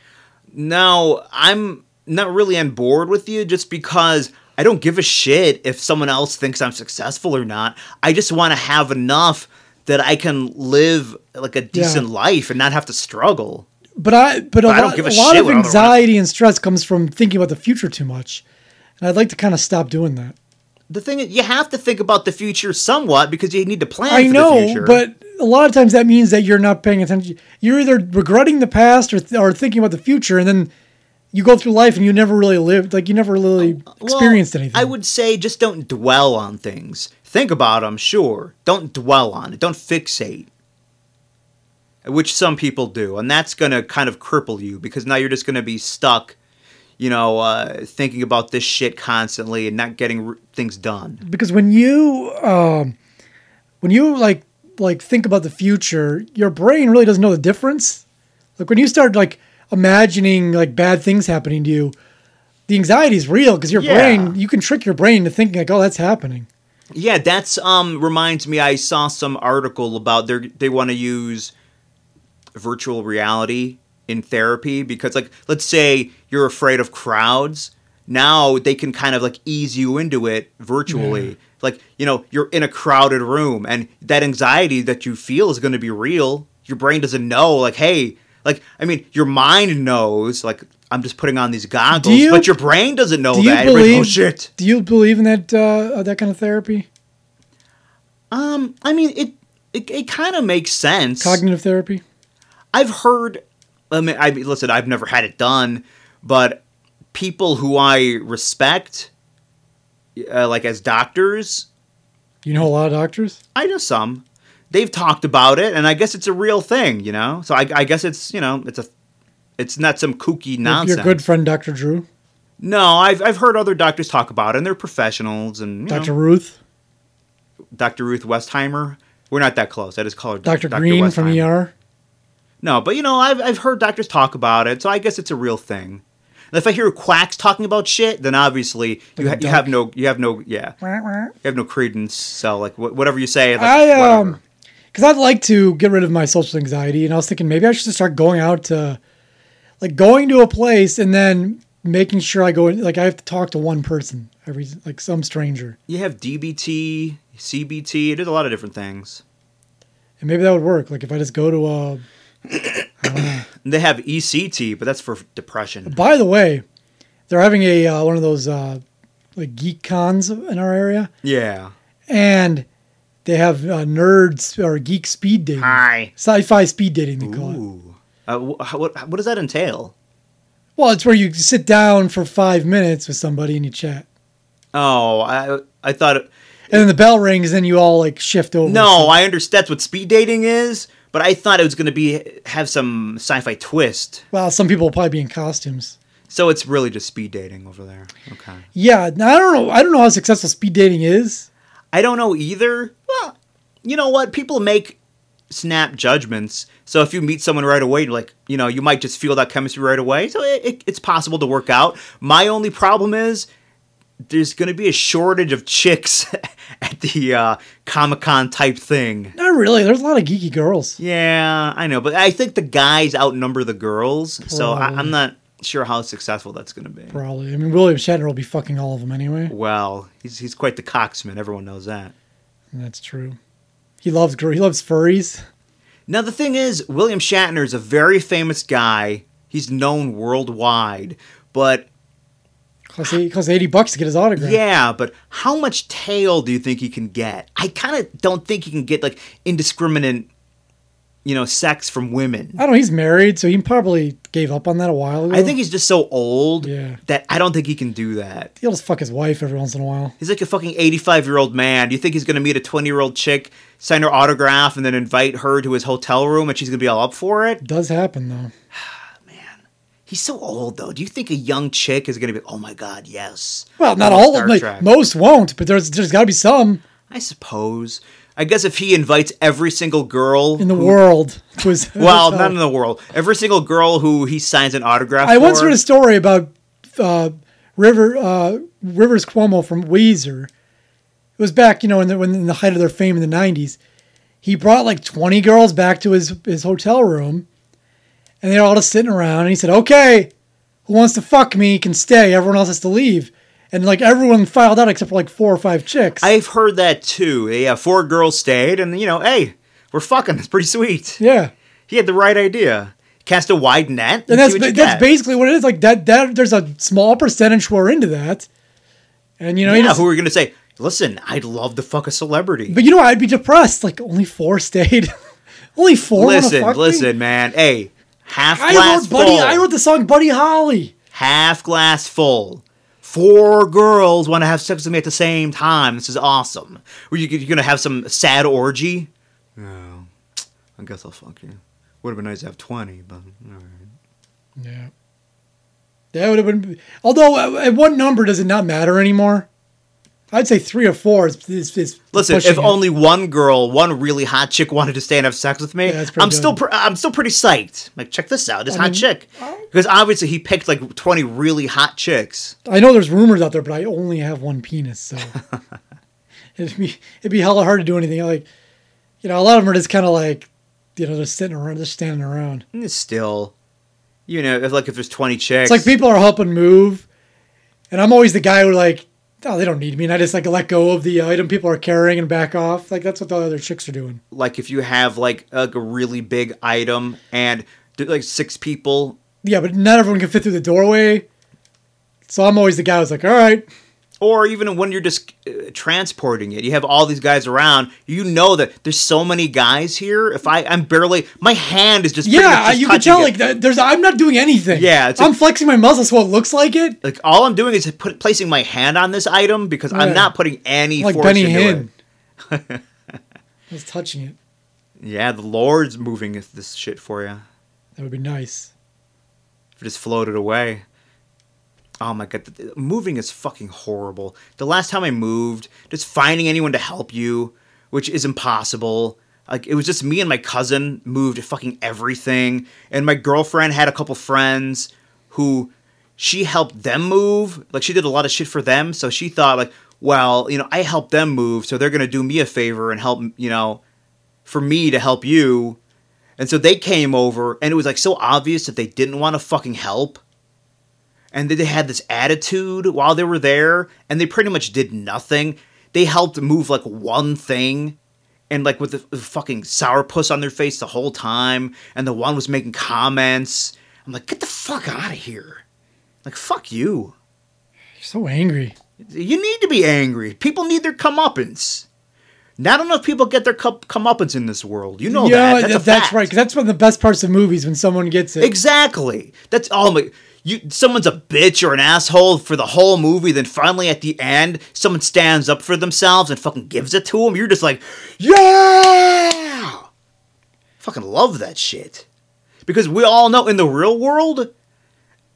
Speaker 2: No, I'm not really on board with you just because I don't give a shit if someone else thinks I'm successful or not. I just want to have enough that I can live like a decent life and not have to struggle.
Speaker 3: But I but a
Speaker 2: I don't
Speaker 3: lot,
Speaker 2: give a
Speaker 3: a lot
Speaker 2: shit
Speaker 3: of
Speaker 2: what other-
Speaker 3: anxiety and stress comes from thinking about the future too much, and I'd like to kind of stop doing that.
Speaker 2: The thing is, you have to think about the future somewhat because you need to plan
Speaker 3: I
Speaker 2: for the
Speaker 3: know,
Speaker 2: future.
Speaker 3: but a lot of times that means that you're not paying attention. You're either regretting the past or, or thinking about the future, and then you go through life and you never really lived, like you never really
Speaker 2: Uh, Well,
Speaker 3: experienced anything.
Speaker 2: I would say just don't dwell on things. Think about them, sure. Don't dwell on it. Don't fixate. Which some people do, and that's going to kind of cripple you because now you're just going to be stuck, you know, uh, thinking about this shit constantly and not getting r- things done.
Speaker 3: because when you um, when you like like think about the future, your brain really doesn't know the difference. Like when you start like imagining like bad things happening to you, the anxiety is real because your
Speaker 2: Yeah.
Speaker 3: brain you can trick your brain to thinking like, oh, that's happening.
Speaker 2: Yeah, that's um reminds me. I saw some article about they they want to use virtual reality in therapy because, like, let's say you're afraid of crowds. Now they can kind of like ease you into it virtually.
Speaker 3: Mm-hmm.
Speaker 2: Like, you know, you're in a crowded room, and that anxiety that you feel is going to be real. Your brain doesn't know, like, hey, like, I mean, your mind knows, like, I'm just putting on these goggles,
Speaker 3: you-
Speaker 2: but your brain doesn't know
Speaker 3: Do
Speaker 2: that.
Speaker 3: you
Speaker 2: It was,
Speaker 3: believe?
Speaker 2: oh shit.
Speaker 3: Do you believe in that uh, that kind of therapy?
Speaker 2: Um, I mean, it it, it kind of makes sense.
Speaker 3: Cognitive therapy.
Speaker 2: I've heard. I mean, I listen. I've never had it done, but people who I respect, uh, like as doctors,
Speaker 3: You know a lot of doctors.
Speaker 2: I know some. They've talked about it, and I guess it's a real thing, you know. So I, I guess it's you know it's a, it's not some kooky
Speaker 3: Your-
Speaker 2: nonsense.
Speaker 3: Your good friend Dr. Drew,
Speaker 2: No, I've I've heard other doctors talk about it, and they're professionals. And you
Speaker 3: Dr.
Speaker 2: know,
Speaker 3: Ruth,
Speaker 2: Dr. Ruth Westheimer. We're not that close. I just call her
Speaker 3: Dr. Green from
Speaker 2: Westheimer.
Speaker 3: ER.
Speaker 2: No, but you know, I've I've heard doctors talk about it, so I guess it's a real thing. And if I hear quacks talking about shit, then obviously you, ha-
Speaker 3: Like a
Speaker 2: you
Speaker 3: duck.
Speaker 2: have no you have no yeah you have no credence. So like wh- whatever you say, like,
Speaker 3: I um,
Speaker 2: whatever.
Speaker 3: because I'd like to get rid of my social anxiety, and I was thinking maybe I should just start going out to, like, going to a place and then making sure I go in. Like, I have to talk to one person every, like, some stranger,
Speaker 2: you have DBT, CBT. There's a lot of different things.
Speaker 3: and maybe that would work. Like, if I just go to a.
Speaker 2: And they have ECT, but that's for depression.
Speaker 3: By the way, they're having a uh, one of those uh, like geek cons in our area,
Speaker 2: Yeah.
Speaker 3: and they have uh, nerds or geek speed dating,
Speaker 2: Hi.
Speaker 3: sci-fi speed dating they call it.
Speaker 2: Ooh. Uh, wh- how- what what does that entail?
Speaker 3: Well, it's where you sit down for five minutes with somebody and you chat.
Speaker 2: Oh, I I thought. It,
Speaker 3: And then the bell rings and you all like shift over.
Speaker 2: No, I understand that's what speed dating is, but I thought it was going to be have some sci-fi twist.
Speaker 3: Well, some people will probably be in costumes.
Speaker 2: So it's really just speed dating over there. Okay.
Speaker 3: Yeah, now, I don't know. I don't know how successful speed dating is.
Speaker 2: I don't know either. Well, you know what? People make snap judgments. So if you meet someone right away, you're like, you know, you might just feel that chemistry right away. So it, it, it's possible to work out. My only problem is there's going to be a shortage of chicks at the uh, Comic Con type thing.
Speaker 3: Not really. There's a lot of geeky girls.
Speaker 2: Yeah, I know, but I think the guys outnumber the girls, so I,
Speaker 3: Probably.
Speaker 2: I'm not sure how successful that's going to be.
Speaker 3: Probably. I mean, William Shatner will be fucking all of them anyway.
Speaker 2: Well, he's he's quite the cocksman. Everyone knows that.
Speaker 3: And that's true. He loves girl. He loves furries.
Speaker 2: Now the thing is, William Shatner is a very famous guy. He's known worldwide, but
Speaker 3: Costs eighty, costs eighty bucks to get his autograph.
Speaker 2: yeah, but how much tail do you think he can get? I kind of don't think he can get like indiscriminate, you know, sex from women.
Speaker 3: I don't. know. He's married, so he probably gave up on that a while ago.
Speaker 2: I think he's just so old
Speaker 3: Yeah.
Speaker 2: that I don't think he can do that.
Speaker 3: he'll just fuck his wife every once in a while.
Speaker 2: He's like a fucking 85 year old man. Do you think he's going to meet a 20 year old chick, sign her autograph, and then invite her to his hotel room and she's going to be all up for it?
Speaker 3: It does happen though.
Speaker 2: He's so old, though. Do you think a young chick is going to be, oh my God, yes?
Speaker 3: Well, not
Speaker 2: I'm on
Speaker 3: all
Speaker 2: Star
Speaker 3: of them.
Speaker 2: Trek."
Speaker 3: Like, most won't, but there's there's got to be some
Speaker 2: I suppose. I guess if he invites every single girl
Speaker 3: in the
Speaker 2: who-
Speaker 3: world. To his
Speaker 2: Well,
Speaker 3: hotel.
Speaker 2: not in the world. Every single girl who he signs an autograph
Speaker 3: I once
Speaker 2: for-
Speaker 3: read a story about uh, River uh, Rivers Cuomo from Weezer. It was back, you know, in the, when in the height of their fame in the '90s. He brought like 20 girls back to his his hotel room, and they're all just sitting around. And he said, "Okay, who wants to fuck me can stay. Everyone else has to leave." And like everyone filed out except for like four or five chicks.
Speaker 2: I've heard that too. Yeah, four girls stayed, and, you know, hey, we're fucking. It's pretty sweet.
Speaker 3: yeah.
Speaker 2: He had the right idea. Cast a wide net.
Speaker 3: and that's
Speaker 2: see what you
Speaker 3: that's
Speaker 2: get.
Speaker 3: basically what it is. Like that that there's a small percentage who are into that, and you know, you
Speaker 2: yeah,
Speaker 3: just-
Speaker 2: who are going to say, listen, I'd love to fuck a celebrity.
Speaker 3: but you know, I'd be depressed. Like only four stayed, only four. wanna
Speaker 2: listen,
Speaker 3: fuck me?
Speaker 2: listen, man. Hey, half
Speaker 3: I
Speaker 2: glass
Speaker 3: wrote Buddy.
Speaker 2: full.
Speaker 3: I wrote the song Buddy Holly.
Speaker 2: half glass full. Four girls want to have sex with me at the same time. This is awesome. Were you, you're going to have some sad orgy? No. I guess I'll fuck you. Would have been nice to have 20, but all right.
Speaker 3: Yeah, that would have been. Although, at what number does it not matter anymore? I'd say three or four is. is, is
Speaker 2: Listen,
Speaker 3: pushing
Speaker 2: if
Speaker 3: it.
Speaker 2: only one girl, one really hot chick wanted to stay and have sex with me,
Speaker 3: Yeah, that's pretty
Speaker 2: I'm still
Speaker 3: good.
Speaker 2: pr- I'm still pretty psyched. Like, check this out, this hot chick. Because obviously he picked like 20 really hot chicks.
Speaker 3: I know there's rumors out there, but I only have one penis, so it'd be it'd be hella hard to do anything. Like, you know, a lot of them are just kind of like, you know, just sitting around, just standing around.
Speaker 2: And it's still, you know, if like if there's 20
Speaker 3: It's
Speaker 2: chicks,
Speaker 3: like people are helping move, and I'm always the guy who like, oh, they don't need me, and I just like let go of the item people are carrying and back off. Like that's what the other chicks are doing.
Speaker 2: like if you have like a, like a really big item and th- like six people,
Speaker 3: Yeah, but not everyone can fit through the doorway, so I'm always the guy who's like, all right,
Speaker 2: Or even when you're just uh, transporting it, you have all these guys around. You know that there's so many guys here. If I, I'm barely, my hand is just pretty much
Speaker 3: Yeah,
Speaker 2: just
Speaker 3: you can
Speaker 2: touching
Speaker 3: tell
Speaker 2: it.
Speaker 3: like that there's I'm not doing anything.
Speaker 2: Yeah, it's a-
Speaker 3: I'm flexing my muscles so it looks like it.
Speaker 2: like all I'm doing is put, placing my hand on this item because I'm
Speaker 3: Yeah.
Speaker 2: not putting any
Speaker 3: Like
Speaker 2: force
Speaker 3: Benny
Speaker 2: into
Speaker 3: Hinn.
Speaker 2: it.
Speaker 3: I was touching it.
Speaker 2: Yeah, the Lord's moving this shit for you.
Speaker 3: That would be nice.
Speaker 2: If it just floated away. Oh my god, th- moving is fucking horrible. The last time I moved, just finding anyone to help you, which is impossible. Like it was just me and my cousin moved fucking everything, and my girlfriend had a couple friends who she helped them move. Like she did a lot of shit for them, so she thought like, well, you know, I helped them move, so they're gonna do me a favor and help, you know, for me to help you. And so they came over, and it was like so obvious that they didn't want to fucking help. And that they had this attitude while they were there, and they pretty much did nothing. They helped move like one thing, and like with the, the fucking sourpuss on their face the whole time, and the one was making comments. I'm like, get the fuck out of here. Like, fuck you.
Speaker 3: You're so angry.
Speaker 2: You need to be angry. People need their comeuppance. Not enough people get their cup comeuppance in this world. You know that. That's, a fact.
Speaker 3: right. Because that's one of the best parts of movies when someone gets it.
Speaker 2: Exactly. That's all my. You, someone's a bitch or an asshole for the whole movie, then finally at the end, someone stands up for themselves and fucking gives it to them. You're just like, yeah! Fucking love that shit. Because we all know in the real world,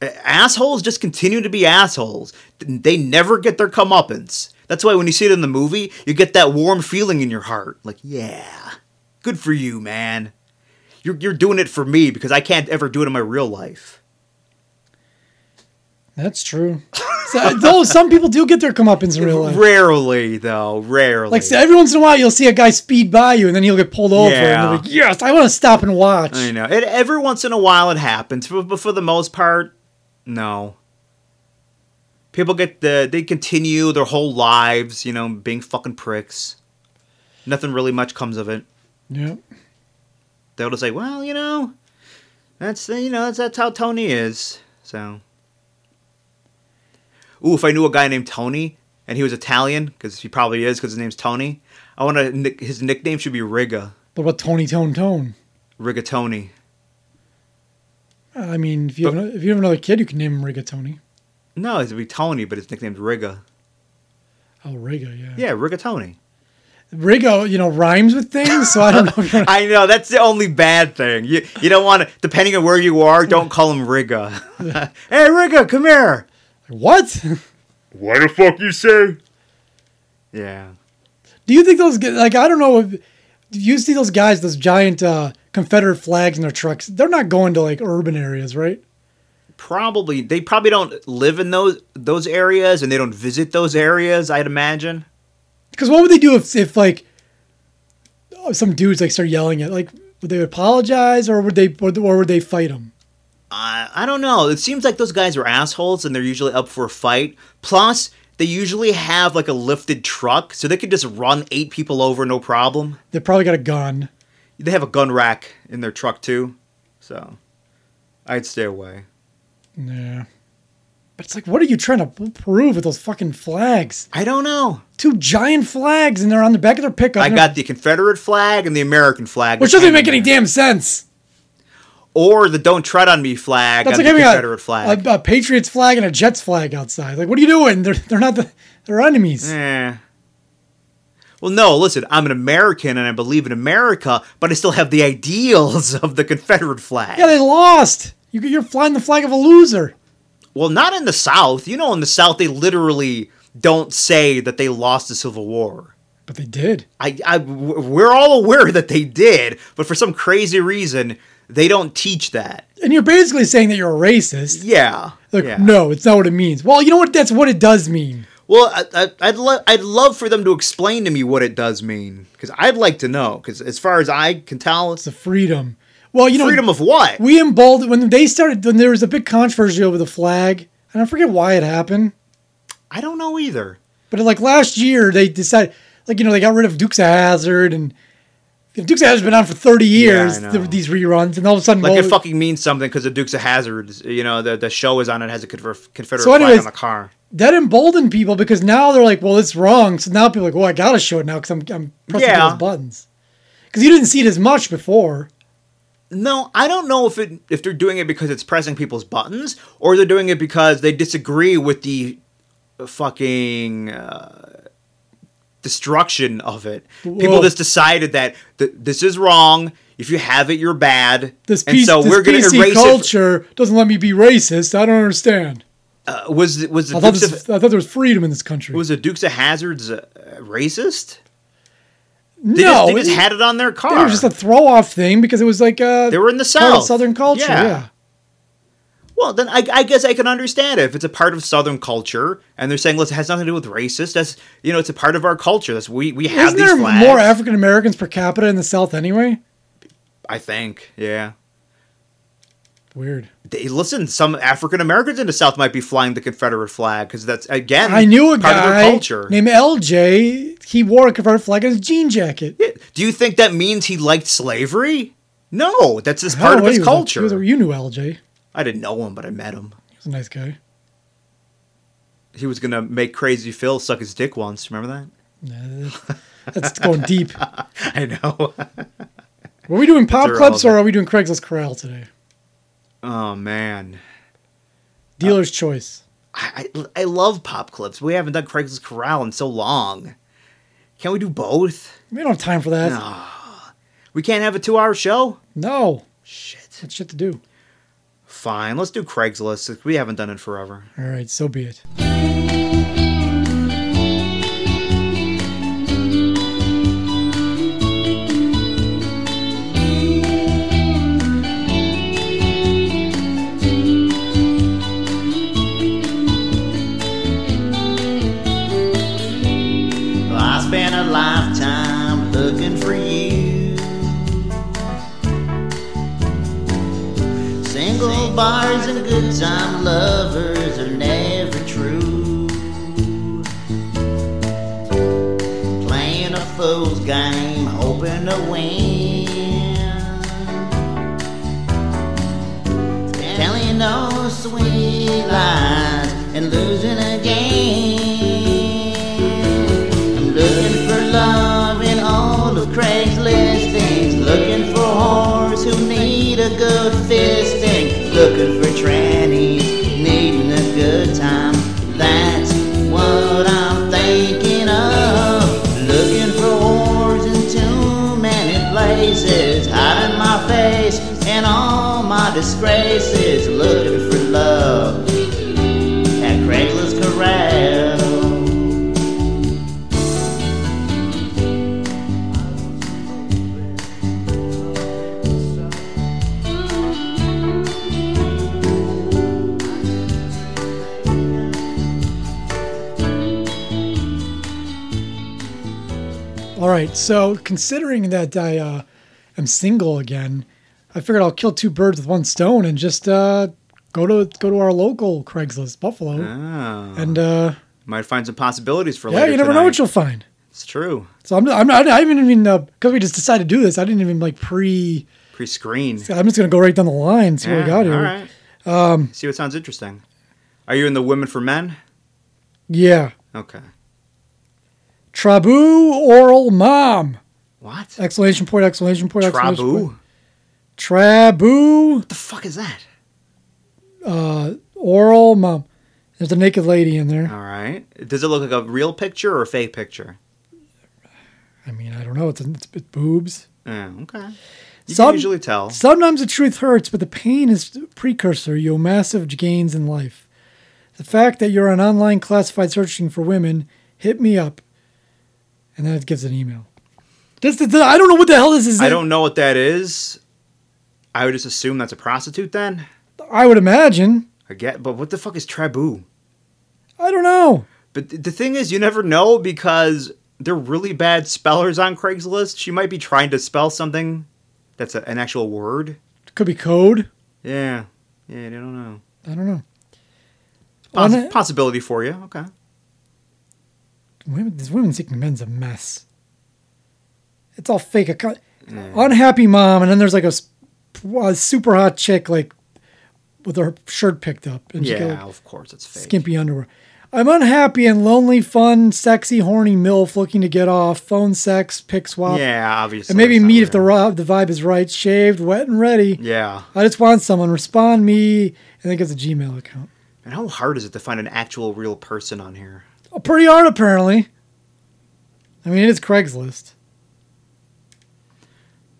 Speaker 2: a- assholes just continue to be assholes. They never get their comeuppance. That's why when you see it in the movie, you get that warm feeling in your heart. Like, yeah, good for you, man you're, you're doing it for me because I can't ever do it in my real life.
Speaker 3: That's true. so, though some people do get their comeuppance in real life.
Speaker 2: Rarely, though. Rarely.
Speaker 3: Like so every once in a while, you'll see a guy speed by you, and then he'll get pulled over, and
Speaker 2: Yeah.
Speaker 3: they're like, "Yes, I want to stop and watch."
Speaker 2: I know. It, every once in a while it happens, but, but for the most part, no. People get the. They continue their whole lives, you know, being fucking pricks. Nothing really much comes of it.
Speaker 3: Yeah.
Speaker 2: They'll just say, well, you know, that's, you know, that's, that's how Tony is. So. Ooh, if I knew a guy named Tony and he was Italian, because he probably is, because his name's Tony. I want to. nick- His nickname should be Riga,
Speaker 3: What about Tony Tone Tone?
Speaker 2: Rigatoni.
Speaker 3: I mean, if you have an, if you have another kid, you can name him Rigatoni.
Speaker 2: No, it would be Tony, but it's nicknamed Riga.
Speaker 3: Oh, Riga, yeah.
Speaker 2: Yeah, Rigatoni.
Speaker 3: Rigo, you know, rhymes with things, so I don't know. If you're,
Speaker 2: I know that's the only bad thing. You you don't want to. Depending on where you are, don't call him Riga. hey, Riga, come here.
Speaker 3: what?
Speaker 2: Why the fuck you say? Yeah.
Speaker 3: Do you think those g- like I don't know if do you see those guys those giant uh, Confederate flags in their trucks? They're not going to like urban areas, right?
Speaker 2: probably they probably don't live in those those areas and they don't visit those areas i'd imagine
Speaker 3: Because what would they do if if like oh, some dudes like start yelling at like would they apologize or would they or, or would they fight them?
Speaker 2: I, I don't know it seems like those guys are assholes and they're usually up for a fight plus they usually have like a lifted truck so they could just run eight people over no problem
Speaker 3: They probably got a gun.
Speaker 2: they have a gun rack in their truck too so i'd stay away
Speaker 3: Yeah. But it's like, what are you trying to p- prove with those fucking flags?
Speaker 2: i don't know
Speaker 3: Two giant flags, and they're on the back of their pickup.
Speaker 2: i
Speaker 3: and-
Speaker 2: got the confederate flag and the american flag
Speaker 3: Uh-huh. which doesn't make any damn sense.
Speaker 2: or the don't tread on me flag
Speaker 3: That's
Speaker 2: on
Speaker 3: like
Speaker 2: the
Speaker 3: having
Speaker 2: confederate
Speaker 3: a,
Speaker 2: flag
Speaker 3: a, a Patriots flag and a Jets flag outside. Like, what are you doing? They're they're not the, they're enemies.
Speaker 2: Eh. Well, no, listen, I'm an American and I believe in America, but I still have the ideals of the Confederate flag.
Speaker 3: Yeah, they lost. You, you're flying the flag of a loser.
Speaker 2: well, not in the South. You know, in the South, they literally don't say that they lost the Civil War.
Speaker 3: But they did.
Speaker 2: I, I- w- we're all aware that they did, but for some crazy reason, they don't teach that.
Speaker 3: And you're basically saying that you're a racist.
Speaker 2: Yeah.
Speaker 3: Like,
Speaker 2: yeah.
Speaker 3: no, it's not what it means. Well, you know what? That's what it does mean.
Speaker 2: Well, I, I, I'd lo- I'd love for them to explain to me what it does mean, because I'd like to know. Because as far as I can tell, it's
Speaker 3: It's a freedom. Well, you know,
Speaker 2: freedom of what?
Speaker 3: we emboldened when they started when there was a big controversy over the flag and i forget why it happened
Speaker 2: I don't know either.
Speaker 3: but like last year they decided like you know they got rid of dukes of hazard and you know, dukes of hazard's been on for 30 years
Speaker 2: I
Speaker 3: th-
Speaker 2: know.
Speaker 3: these reruns and all of a sudden
Speaker 2: Like
Speaker 3: well,
Speaker 2: it fucking means something because the Dukes of Hazard, you know, the the show is on it has a Confeder- Confederate
Speaker 3: So
Speaker 2: flag
Speaker 3: anyways-
Speaker 2: on the car.
Speaker 3: that emboldened people because now they're like, well, it's wrong. So now people are like, well, I gotta show it now because I'm I'm pressing
Speaker 2: Yeah.
Speaker 3: those buttons. Because you didn't see it as much before.
Speaker 2: No, I don't know if it if they're doing it because it's pressing people's buttons or they're doing it because they disagree with the fucking uh, destruction of it. People
Speaker 3: Well-
Speaker 2: just decided that th- this is wrong. If you have it, you're bad.
Speaker 3: This,
Speaker 2: and
Speaker 3: piece,
Speaker 2: so
Speaker 3: this
Speaker 2: we're going to
Speaker 3: PC
Speaker 2: erase it.
Speaker 3: culture doesn't let me be racist. I don't understand.
Speaker 2: Uh, was was the
Speaker 3: I thought,
Speaker 2: Dukes
Speaker 3: this,
Speaker 2: of,
Speaker 3: I thought there was freedom in this country.
Speaker 2: was the Dukes of Hazards uh, racist? They
Speaker 3: no,
Speaker 2: just, they just
Speaker 3: it-
Speaker 2: had it on their
Speaker 3: they
Speaker 2: car.
Speaker 3: were just a throw off thing because it was like uh,
Speaker 2: They were in the
Speaker 3: part of
Speaker 2: South.
Speaker 3: southern culture.
Speaker 2: Yeah.
Speaker 3: Yeah.
Speaker 2: Well, then I, I guess I can understand it. if it's a part of Southern culture, and they're saying, "Listen, it has nothing to do with racist." That's you know, it's a part of our culture. That's we we have
Speaker 3: Isn't
Speaker 2: these
Speaker 3: there
Speaker 2: flags.
Speaker 3: more African Americans per capita in the South anyway?
Speaker 2: I think, yeah.
Speaker 3: Weird.
Speaker 2: They, listen, some African Americans in the South might be flying the Confederate flag because that's again
Speaker 3: I knew a
Speaker 2: part of their
Speaker 3: guy
Speaker 2: culture.
Speaker 3: named LJ. He wore a Confederate flag on his jean jacket.
Speaker 2: Yeah. Do you think that means he liked slavery? No, that's just
Speaker 3: I
Speaker 2: part
Speaker 3: don't
Speaker 2: of
Speaker 3: know,
Speaker 2: his
Speaker 3: he was a- he
Speaker 2: culture.
Speaker 3: was a- you knew LJ.
Speaker 2: I didn't know him, but I met him.
Speaker 3: He was a nice guy.
Speaker 2: He was gonna make Crazy Phil suck his dick once. Remember that?
Speaker 3: That's going deep.
Speaker 2: I know.
Speaker 3: Were we doing pop
Speaker 2: They're
Speaker 3: clips
Speaker 2: all- Uh,
Speaker 3: or are we doing Craigslist Corral today?
Speaker 2: oh man.
Speaker 3: Dealer's choice.
Speaker 2: I, I I love pop clips. We haven't done Craigslist Corral in so long. Can we do both?
Speaker 3: We don't have time for that.
Speaker 2: No. We can't have a two hour show?
Speaker 3: No.
Speaker 2: Shit.
Speaker 3: That's shit to do.
Speaker 2: Fine, let's do Craigslist. We haven't done it forever.
Speaker 3: All right, so be it.
Speaker 2: I spent a lifetime looking for you. Single bars and good time lovers are never true. Playing a fool's game, hoping to win. Telling no sweet lies and losing again. I'm looking for love in all of Craig's listings. Looking for whores who need a good fisting. Looking for trannies needing a good time. That's what I'm thinking of. Looking for whores in too many places. Hiding my face and all my disgraces. Looking for love at Craigslist Corral.
Speaker 3: All right, so considering that I uh, am single again, I figured I'll kill two birds with one stone and just uh, go to go to our local Craigslist Buffalo
Speaker 2: Ah.
Speaker 3: and uh,
Speaker 2: Might find some possibilities for
Speaker 3: yeah, you never know what you'll find.
Speaker 2: It's true.
Speaker 3: So I'm not, I'm not I haven't even because we just decided to do this. I didn't even like pre.
Speaker 2: Pre-screen.
Speaker 3: I'm just gonna go right down the line and see what I got here. Um,
Speaker 2: All right. See what sounds interesting. Are you in the Women for Men?
Speaker 3: Yeah,
Speaker 2: Okay.
Speaker 3: Trabu oral mom!
Speaker 2: What?
Speaker 3: Exclamation point! Exclamation point! Exclamation
Speaker 2: Trabu?
Speaker 3: point. Trabu
Speaker 2: What the fuck is that?
Speaker 3: oral mom. There's a naked lady in there.
Speaker 2: All right. Does it look like a real picture or a fake picture?
Speaker 3: I mean, I don't know. It's, it's, it's boobs.
Speaker 2: Yeah, okay. You
Speaker 3: Some-
Speaker 2: can usually tell.
Speaker 3: Sometimes the truth hurts, but the pain is precursor. to Your massive gains in life. The fact that you're an online classified searching for women, hit me up, and then it gives an email. This, this- I don't know what the hell this is.
Speaker 2: I don't know what that is. I would just assume that's a prostitute then.
Speaker 3: I would imagine.
Speaker 2: I get, but what the fuck is Trabu?
Speaker 3: I don't know.
Speaker 2: But th- the thing is, you never know because they're really bad spellers on Craigslist. She might be trying to spell something that's a, an actual word.
Speaker 3: Could be code.
Speaker 2: Yeah. Yeah, I don't know.
Speaker 3: I don't know.
Speaker 2: Poss-
Speaker 3: On it-
Speaker 2: possibility for you. Okay.
Speaker 3: Women, this women seeking men's a mess. It's all fake. Acco-
Speaker 2: Mm.
Speaker 3: Unhappy mom, and then there's like a, s- a super hot chick like with her shirt picked up, and she
Speaker 2: Yeah,
Speaker 3: got like,
Speaker 2: of course it's fake.
Speaker 3: skimpy underwear. I'm unhappy and lonely, fun, sexy, horny MILF looking to get off. Phone sex, pick swap.
Speaker 2: yeah, obviously.
Speaker 3: And maybe
Speaker 2: that's not
Speaker 3: meet if the
Speaker 2: real.
Speaker 3: ro- the vibe is right. Shaved, wet, and ready.
Speaker 2: Yeah.
Speaker 3: I just want someone. Respond me. And then gets a Gmail account.
Speaker 2: And how hard is it to find an actual real person on here?
Speaker 3: Oh, pretty hard, apparently. I mean, it is Craigslist.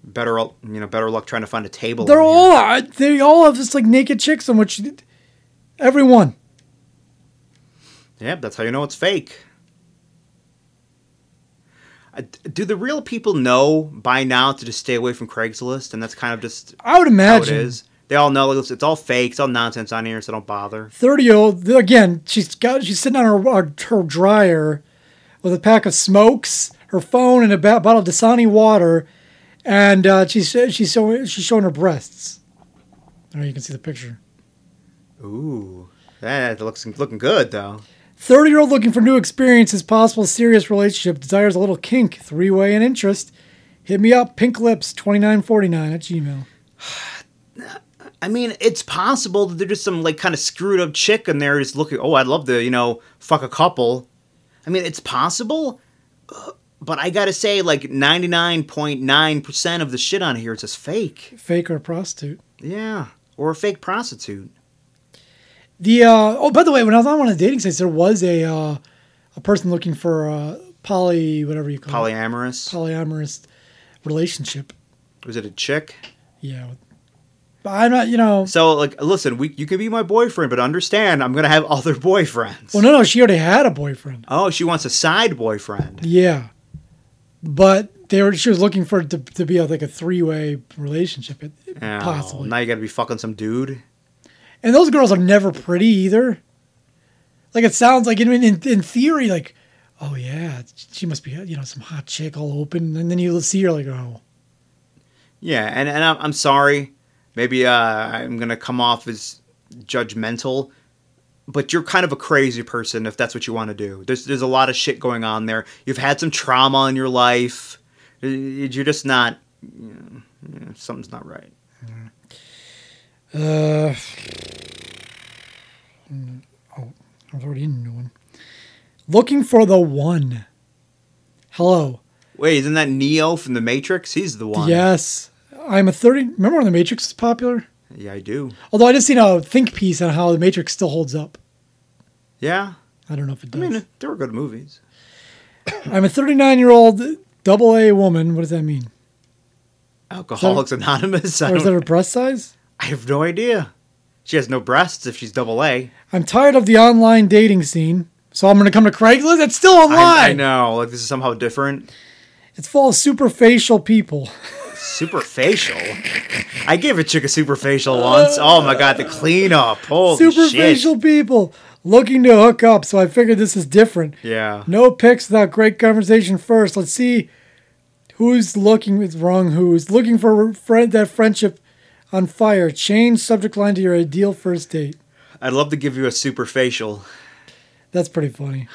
Speaker 2: Better, al- you know, better luck trying to find a table.
Speaker 3: They're
Speaker 2: on here.
Speaker 3: all I- they all have just like naked chicks on which everyone.
Speaker 2: Yep, that's how you know it's fake. Uh, d- Do the real people know by now to just stay away from Craigslist? And that's kind of just
Speaker 3: I would
Speaker 2: how it
Speaker 3: imagine
Speaker 2: is. They all know it's, it's all fake, it's all nonsense on here, so don't bother.
Speaker 3: thirty year old again. She's got she's sitting on her uh, her dryer with a pack of smokes, her phone, and a ba- bottle of Dasani water, and uh, she's she's showing she's showing her breasts. There you can see the picture.
Speaker 2: Ooh, that looks looking good though.
Speaker 3: 30 year old looking for new experiences, possible serious relationship, desires a little kink, three way and interest. Hit me up, pink lips 2949 at Gmail.
Speaker 2: I mean, it's possible that they're just some like kind of screwed up chick and they're just looking. Oh, I'd love to, you know, fuck a couple. I mean, it's possible, uh, but I gotta say, like ninety nine point nine percent of the shit on here is just fake.
Speaker 3: Fake or a prostitute.
Speaker 2: Yeah, or a fake prostitute.
Speaker 3: The uh, oh, by the way, when I was on one of the dating sites, there was a uh, a person looking for uh, poly whatever you call it,
Speaker 2: Polyamorous.
Speaker 3: polyamorous relationship.
Speaker 2: Was it a chick?
Speaker 3: Yeah, but I'm not, you know.
Speaker 2: So like, listen, we you can be my boyfriend, but understand, I'm gonna have other boyfriends.
Speaker 3: Well, no, no, she already had a boyfriend.
Speaker 2: Oh, she wants a side boyfriend.
Speaker 3: Yeah, but they were she was looking for it to, to be a, like a three way relationship, it-
Speaker 2: Oh,
Speaker 3: possibly.
Speaker 2: Now you gotta be fucking some dude.
Speaker 3: And those girls are never pretty either. Like it sounds like in in, in theory, like, oh yeah, she must be you know some hot chick all open, and then you see her like, oh,
Speaker 2: Yeah, and, and I'm, I'm sorry. Maybe uh, I'm going to come off as judgmental, but you're kind of a crazy person if that's what you want to do. There's, there's a lot of shit going on there. You've had some trauma in your life. Y- You're just not, you know, you know, something's not right.
Speaker 3: uh, mm, oh, I was already in a new one. Looking for the one. Hello.
Speaker 2: Wait, isn't that Neo from The Matrix? He's the one.
Speaker 3: Yes, I'm a thirty. Remember when the Matrix was popular?
Speaker 2: Yeah, I do.
Speaker 3: Although I just seen a think piece on how the Matrix still holds up.
Speaker 2: Yeah.
Speaker 3: I don't know if it
Speaker 2: I
Speaker 3: does.
Speaker 2: mean, uh, they were good movies.
Speaker 3: I'm a 39 year old double A woman. What does that mean?
Speaker 2: Alcoholics Anonymous. I,
Speaker 3: Or is
Speaker 2: don't-
Speaker 3: that her breast size?
Speaker 2: I have no idea. She has no breasts if she's double A.
Speaker 3: I'm tired of the online dating scene, so I'm going to come to Craigslist. It's still online.
Speaker 2: I, I know. Like, this is somehow different.
Speaker 3: It's full of super facial people.
Speaker 2: Superfacial. I gave a chick a superfacial
Speaker 3: Uh,
Speaker 2: once. Oh my god, the cleanup. Holy
Speaker 3: super
Speaker 2: shit.
Speaker 3: facial people looking to hook up, so I figured this is different.
Speaker 2: Yeah.
Speaker 3: No pics without great conversation first. Let's see who's looking. It's wrong. Who's looking for friend that friendship on fire? Change subject line to your ideal first date.
Speaker 2: I'd love to give you a superfacial.
Speaker 3: That's pretty funny.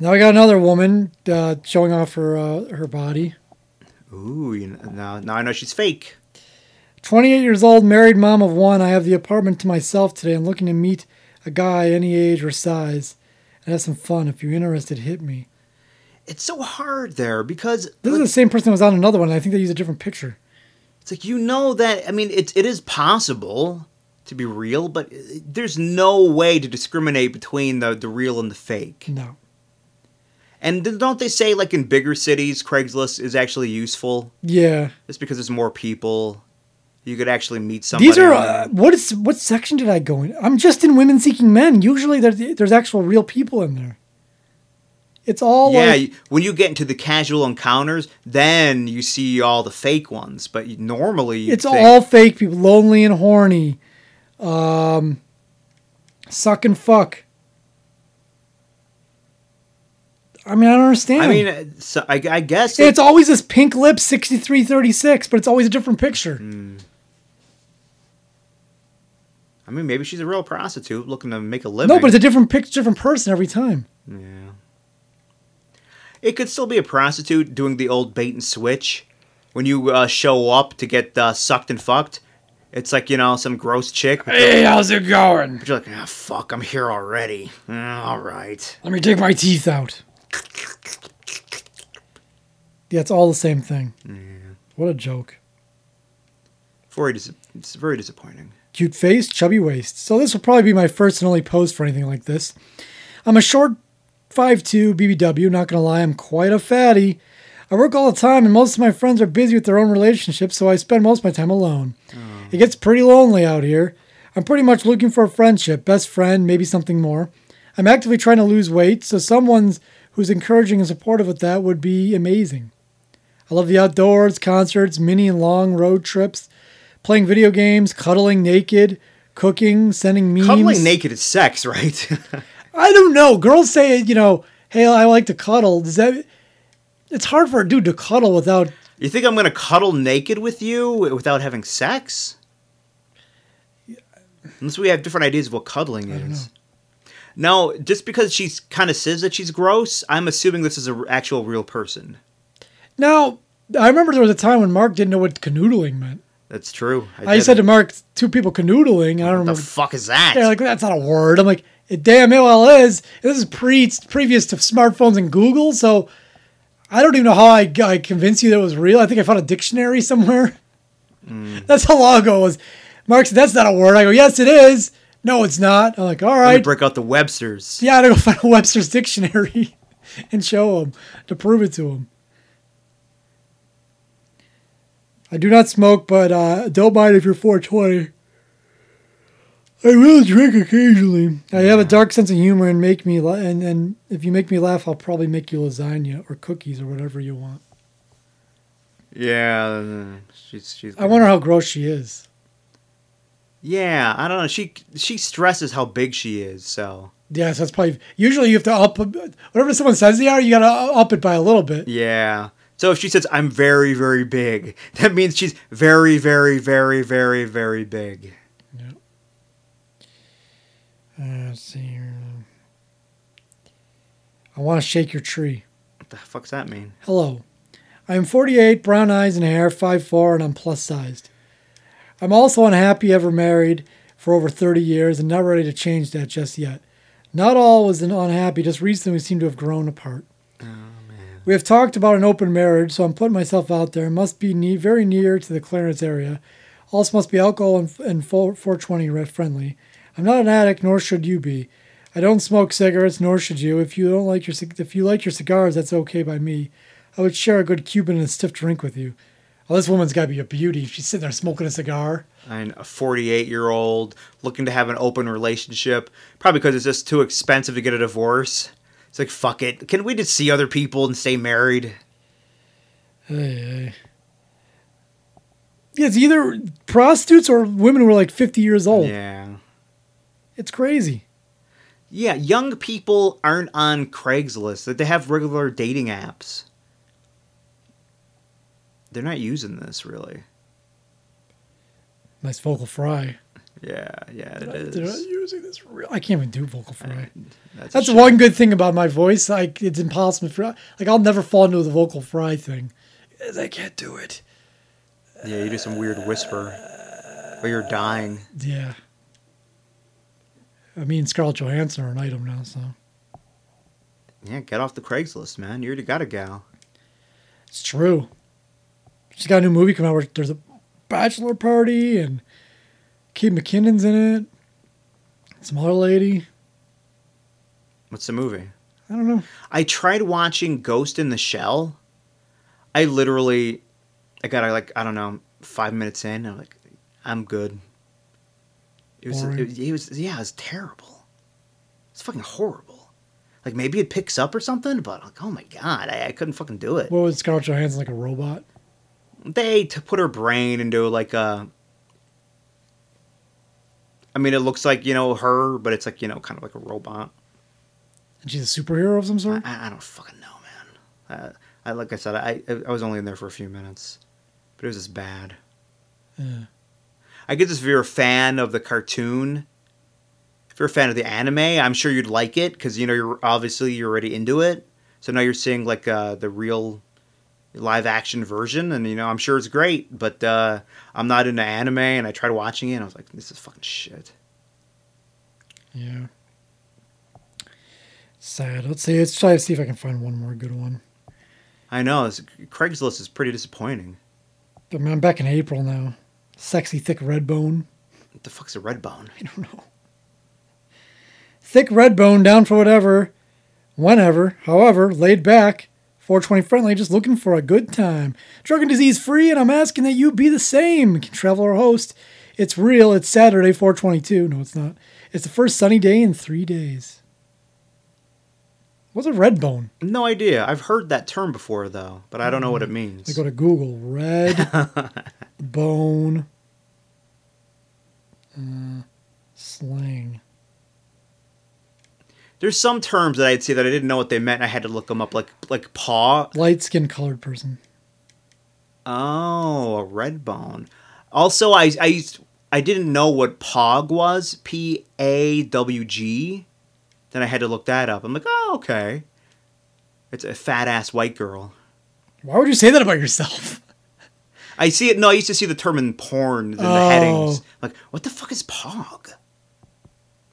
Speaker 3: now I got another woman uh, showing off her uh, her body.
Speaker 2: Ooh, you know, now, now I know she's fake.
Speaker 3: 28 years old, married mom of one. I have the apartment to myself today. I'm looking to meet a guy any age or size and have some fun. If you're interested, hit me.
Speaker 2: It's so hard there because
Speaker 3: This
Speaker 2: like,
Speaker 3: is the same person that was on another one. I think they used a different picture.
Speaker 2: it's like you know that I mean it it is possible to be real, but uh, there's no way to discriminate between the the real and the fake.
Speaker 3: No.
Speaker 2: And don't they say like in bigger cities Craigslist is actually useful?
Speaker 3: Yeah.
Speaker 2: It's because there's more people. You could actually meet somebody.
Speaker 3: These are
Speaker 2: on there.
Speaker 3: uh, what is what section did I go in? I'm just in women seeking men. Usually there's there's actual real people in there. It's all
Speaker 2: yeah,
Speaker 3: like,
Speaker 2: you- when you get into the casual encounters, then you see all the fake ones. But you- normally, you'd
Speaker 3: it's
Speaker 2: think-
Speaker 3: all fake people, lonely and horny, um, suck and fuck. I mean, I don't understand.
Speaker 2: I mean, uh, so I, I guess
Speaker 3: it's always this pink lip sixty three thirty six, but it's always a different picture.
Speaker 2: Mm, I mean, maybe she's a real prostitute looking to make a living.
Speaker 3: no, but it's a different picture, different person every time.
Speaker 2: yeah. It could still be a prostitute doing the old bait and switch when you uh, show up to get uh, sucked and fucked. It's like you know some gross chick. But
Speaker 3: Hey, how's it going?
Speaker 2: you're like, ah, fuck, I'm here already. Ah, all right.
Speaker 3: Let me take my teeth out. Yeah, it's all the same thing. What a joke.
Speaker 2: Very dis- it's very disappointing.
Speaker 3: cute face, chubby waist. So this will probably be my first and only post for anything like this. I'm a short 5'2 BBW, not gonna lie, I'm quite a fatty. I work all the time and most of my friends are busy with their own relationships, so I spend most of my time alone. It gets pretty lonely out here. I'm pretty much looking for a friendship, best friend, maybe something more. I'm actively trying to lose weight, so someone who's encouraging and supportive with that would be amazing. I love the outdoors, concerts, mini and long road trips, playing video games, cuddling naked, cooking, sending memes.
Speaker 2: Cuddling naked is sex, right?
Speaker 3: I don't know. Girls say, you know, hey, I like to cuddle. Does that? It's hard for a dude to cuddle without.
Speaker 2: you think I'm gonna cuddle naked with you without having sex? Unless we have different ideas of what cuddling is. Now, just because she's kind of says that she's gross, I'm assuming this is an actual real person.
Speaker 3: Now, I remember there was a time when Mark didn't know what canoodling meant.
Speaker 2: That's true.
Speaker 3: I
Speaker 2: did
Speaker 3: said
Speaker 2: it.
Speaker 3: to Mark, two people canoodling. I don't
Speaker 2: What the
Speaker 3: remember.
Speaker 2: fuck is that?
Speaker 3: They're like, that's not a word. I'm like, it damn well is. This is pre previous to smartphones and Google, so I don't even know how I, I convinced you that it was real. I think I found a dictionary somewhere.
Speaker 2: Mm.
Speaker 3: That's how long ago it was. Mark said, that's not a word. I go, yes, it is. No, it's not. I'm like, all
Speaker 2: Let me
Speaker 3: right.
Speaker 2: break out the Webster's.
Speaker 3: Yeah, I had to go find a Webster's dictionary and show him to prove it to him. I do not smoke, but uh, don't mind if you're 420. I will drink occasionally. I have a dark sense of humor and make me la- and and if you make me laugh, I'll probably make you lasagna or cookies or whatever you want.
Speaker 2: Yeah, uh, she's she's.
Speaker 3: I wonder how gross she is.
Speaker 2: Yeah, I don't know. She she stresses how big she is, so
Speaker 3: Yeah, so that's probably usually you have to up whatever someone says they are. You gotta up it by a little bit.
Speaker 2: yeah. So if she says I'm very very big, that means she's very very very very very big.
Speaker 3: Uh, let's see here. I want to shake your tree.
Speaker 2: What the fuck's that mean?
Speaker 3: Hello. I'm 48, brown eyes and hair, 5'4, and I'm plus sized. I'm also unhappy ever married for over 30 years and not ready to change that just yet. Not all was unhappy, just recently we seem to have grown apart. We have talked about an open marriage, so I'm putting myself out there. Must be ne- very near to the Clarence area. Also, must be alcohol and, and four- 420 red friendly. I'm not an addict, nor should you be. I don't smoke cigarettes, nor should you. If you don't like your cig- if you like your cigars, that's okay by me. I would share a good Cuban and a stiff drink with you. Oh, this woman's got to be a beauty. She's sitting there smoking a cigar.
Speaker 2: And a 48 year old looking to have an open relationship, probably because it's just too expensive to get a divorce. It's like fuck it. Can we just see other people and stay married?
Speaker 3: Hey, hey. Yeah, it's either prostitutes or women who are like 50 years old.
Speaker 2: Yeah.
Speaker 3: It's crazy.
Speaker 2: Yeah, young people aren't on Craigslist. That They have regular dating apps. They're not using this really.
Speaker 3: Nice vocal fry.
Speaker 2: Yeah, yeah, it
Speaker 3: They're not
Speaker 2: is.
Speaker 3: using this real. I can't even do vocal fry.
Speaker 2: That's,
Speaker 3: That's
Speaker 2: a
Speaker 3: one good thing about my voice. Like it's impossible for like I'll never fall into the vocal fry thing. 'Cause I can't do it.
Speaker 2: shame. Yeah, you do some weird whisper, or you're dying.
Speaker 3: Yeah. I mean, Scarlett Johansson are an item now, so
Speaker 2: Yeah, get off the Craigslist, man. You already got a gal.
Speaker 3: it's true. She's got a new movie coming out where there's a bachelor party and Kate McKinnon's in it. Some other lady.
Speaker 2: What's the movie?
Speaker 3: I don't know.
Speaker 2: I tried watching Ghost in the Shell. I literally, I got like I don't know five minutes in. I'm like, I'm good. It was,
Speaker 3: Boring.
Speaker 2: it, was- it was yeah, it was terrible. It's fucking horrible. Like maybe it picks up or something, but like oh my god, I, I couldn't fucking do it.
Speaker 3: What was Scarlett Johansson like a robot?
Speaker 2: they t- put her brain into like a. I mean, it looks like you know her, but it's like you know kind of like a robot.
Speaker 3: And she's a superhero of some
Speaker 2: I,
Speaker 3: sort?
Speaker 2: I don't fucking know, man. Uh, I like I said, I I was only in there for a few minutes, but it was just bad. I get this if you're a fan of the cartoon. If you're a fan of the anime, I'm sure you'd like it because you know you're obviously you're already into it. So now you're seeing like uh, the real live action version, and you know I'm sure it's great, but uh, I'm not into anime, and I tried watching it, and I was like, this is fucking shit.
Speaker 3: Yeah. Sad. Let's see. Let's try to see if I can find one more good one.
Speaker 2: I know this, Craigslist is pretty disappointing.
Speaker 3: I mean, I'm back in April now. Sexy thick red bone.
Speaker 2: What the fuck's a red bone?
Speaker 3: I don't know. Thick red bone down for whatever, whenever, however, laid back, 420 friendly, just looking for a good time. Drug and disease free, and I'm asking that you be the same. Can travel or host. It's real. It's Saturday, 422. No, it's not. It's the first sunny day in three days. What's a red bone?
Speaker 2: No idea. I've heard that term before though, but I don't know what it means.
Speaker 3: I Mm. go to Google red bone uh, slang.
Speaker 2: There's some terms that I'd see that I didn't know what they meant. and I had to look them up, like like paw.
Speaker 3: Light skin colored person.
Speaker 2: Oh, a red bone. Also, I I used I didn't know what pog was. P A W G. Then I had to look that up. I'm like, oh okay. It's a fat ass white girl.
Speaker 3: Why would you say that about yourself?
Speaker 2: I see it. No, I used to see the term in porn in the
Speaker 3: Oh.
Speaker 2: headings. Like, what the fuck is pog?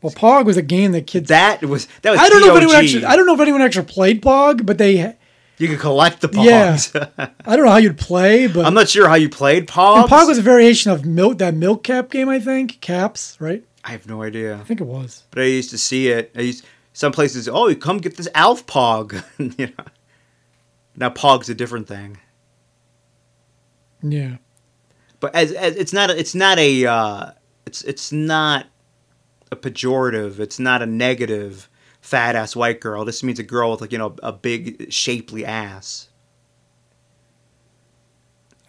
Speaker 3: Well, Pog was a game that kids.
Speaker 2: That was that was.
Speaker 3: I don't know if anyone
Speaker 2: POG.
Speaker 3: actually. I don't know if anyone actually played Pog, but they. I
Speaker 2: You could collect the
Speaker 3: Yeah.
Speaker 2: pogs.
Speaker 3: don't know how you'd play, but
Speaker 2: I'm not sure how you played pogs.
Speaker 3: and Pog was a variation of milk that milk cap game. I think caps, right?
Speaker 2: I have no idea.
Speaker 3: I think it was.
Speaker 2: but I used to see it. I used some places. Oh, you come get this Alf Pog. you know, now Pog's a different thing.
Speaker 3: Yeah.
Speaker 2: But as, as it's not it's not a uh, it's it's not a pejorative. It's not a negative fat ass white girl. This means a girl with like you know a big shapely ass.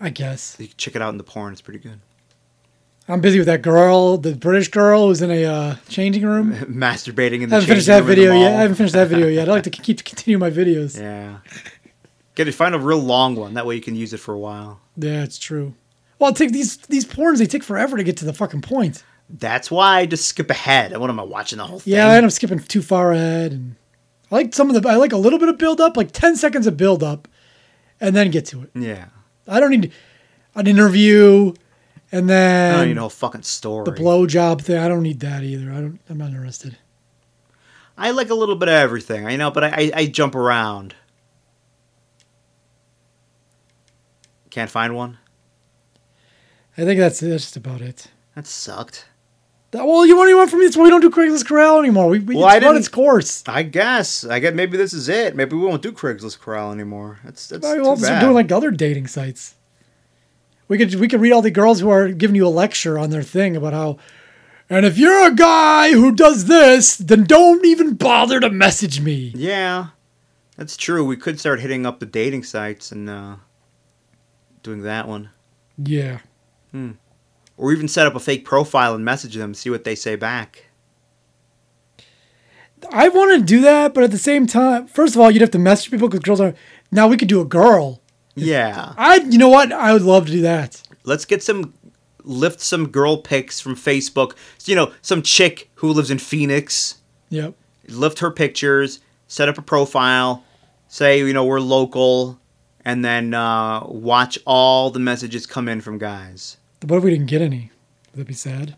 Speaker 3: I guess
Speaker 2: You can check it out in the porn. It's pretty good.
Speaker 3: I'm busy with that girl, the British girl who's in a uh, changing room. I
Speaker 2: Masturbating in the
Speaker 3: haven't finished
Speaker 2: changing
Speaker 3: that
Speaker 2: room in the
Speaker 3: video yet. I
Speaker 2: mall.
Speaker 3: haven't finished that video yet. I like to keep to continue my videos. Yeah,
Speaker 2: Yeah. Get it. Find a real long one. That way you can use it for a while.
Speaker 3: it's true. Well, it take these these porns. They take forever to get to the fucking point.
Speaker 2: That's why I just skip ahead. What am I watching the whole thing?
Speaker 3: Yeah, I end up skipping too far ahead, and I like some of the. I like a little bit of build up, like ten seconds of build up, and then get to it.
Speaker 2: yeah.
Speaker 3: I don't need an interview, and
Speaker 2: I
Speaker 3: then
Speaker 2: don't need a whole fucking story.
Speaker 3: the blow job thing. I don't need that either. I don't. I'm not interested.
Speaker 2: I like a little bit of everything, I know, but I, I, I jump around. Can't find one?
Speaker 3: I think that's that's just about it.
Speaker 2: That sucked.
Speaker 3: That- well, you want you want from me? That's why we don't do Craigslist Corral anymore. We, we
Speaker 2: Well,
Speaker 3: it's
Speaker 2: I
Speaker 3: run
Speaker 2: didn't-
Speaker 3: its course.
Speaker 2: I guess. I guess maybe this is it. Maybe we won't do Craigslist Corral anymore. That's that's
Speaker 3: Well,
Speaker 2: too
Speaker 3: We'll also
Speaker 2: bad.
Speaker 3: doing like other dating sites. We could we could read all the girls who are giving you a lecture on their thing about how, and if you're a guy who does this, then don't even bother to message me.
Speaker 2: yeah, that's true. We could start hitting up the dating sites and uh, doing that one,
Speaker 3: Yeah,
Speaker 2: or even set up a fake profile and message them, see what they say back.
Speaker 3: I want to do that, but at the same time, first of all, you'd have to message people because girls are now we could do a girl.
Speaker 2: Yeah,
Speaker 3: I you know what I would love to do that.
Speaker 2: let's get some lift some girl pics from Facebook. You know, some chick who lives in Phoenix.
Speaker 3: Yep.
Speaker 2: lift her pictures, set up a profile, say, you know, we're local, and then uh, watch all the messages come in from guys.
Speaker 3: What if we didn't get any? Would that be sad?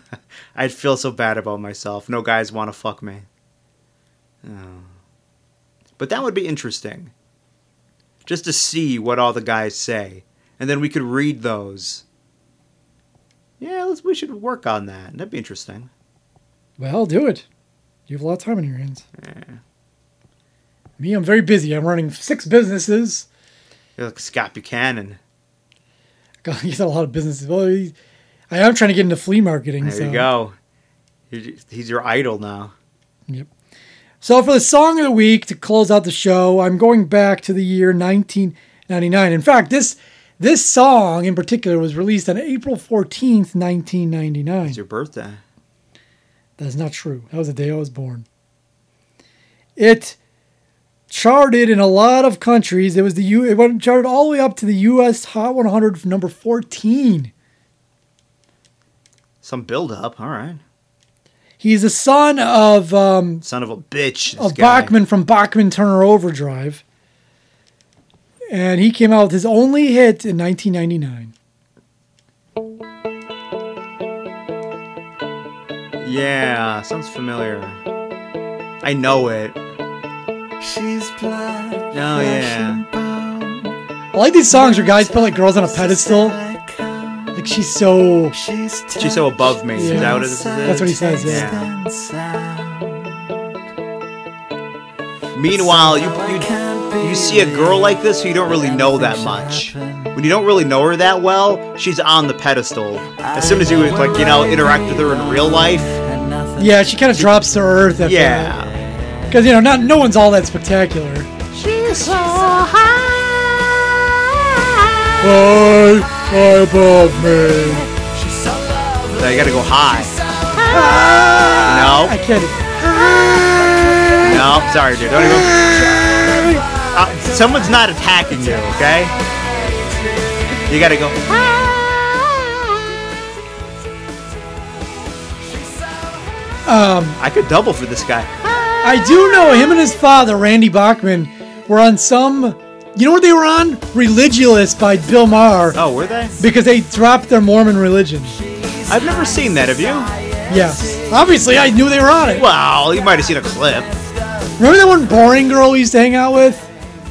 Speaker 2: I'd feel so bad about myself. No guys want to fuck me. Oh. But that would be interesting. Just to see what all the guys say. And then we could read those. Yeah, let's, we should work on that. That'd be interesting.
Speaker 3: Well, do it. You have a lot of time on your hands.
Speaker 2: Mm.
Speaker 3: Me, I'm very busy. I'm running six businesses.
Speaker 2: You're like Scott Buchanan.
Speaker 3: God, he's got a lot of businesses. Well, he, I am trying to get into flea marketing.
Speaker 2: There
Speaker 3: so.
Speaker 2: you go. He- He's your idol now.
Speaker 3: Yep. So for the song of the week to close out the show, I'm going back to the year 1999. In fact, this this song in particular was released on April 14th, 1999.
Speaker 2: It's your birthday.
Speaker 3: That's not true. That was the day I was born. It charted in a lot of countries. It was the U. It went charted all the way up to the U.S. Hot 100 for number 14.
Speaker 2: Some build up. All right.
Speaker 3: He's the son of um, Oh,
Speaker 2: Son of a bitch. This
Speaker 3: of
Speaker 2: guy.
Speaker 3: Bachman from Bachman Turner Overdrive. and he came out with his only hit in 1999.
Speaker 2: Yeah, sounds familiar. I know it.
Speaker 10: She's blind.
Speaker 2: Oh, yeah.
Speaker 3: I like these songs where guys put like girls on a pedestal. Like she's so.
Speaker 2: She's so above me. Is that what this is?
Speaker 3: That's what he says, yeah.
Speaker 2: Meanwhile, you, you you see a girl like this who you don't really know that much. When you don't really know her that well, she's on the pedestal. As soon as you like, you know, interact with her in real life,
Speaker 3: Yeah, she kind of drops to earth after
Speaker 2: yeah,
Speaker 3: Because, you know, not, no one's all that spectacular. High, high above me.
Speaker 2: now you gotta go high.
Speaker 3: I
Speaker 2: No,
Speaker 3: can't.
Speaker 2: no, sorry, dude. Don't even. Uh, someone's not attacking you, okay? You gotta go.
Speaker 3: Um,
Speaker 2: I could double for this guy.
Speaker 3: I do know him and his father, Randy Bachman, were on some. You know what they were on? Religious by Bill Maher.
Speaker 2: Oh, were they?
Speaker 3: Because they dropped their Mormon religion.
Speaker 2: I've never seen that. Have you?
Speaker 3: Yes. Obviously, I knew they were on it.
Speaker 2: Well, you might have seen a clip.
Speaker 3: Remember that one boring girl we used to hang out with?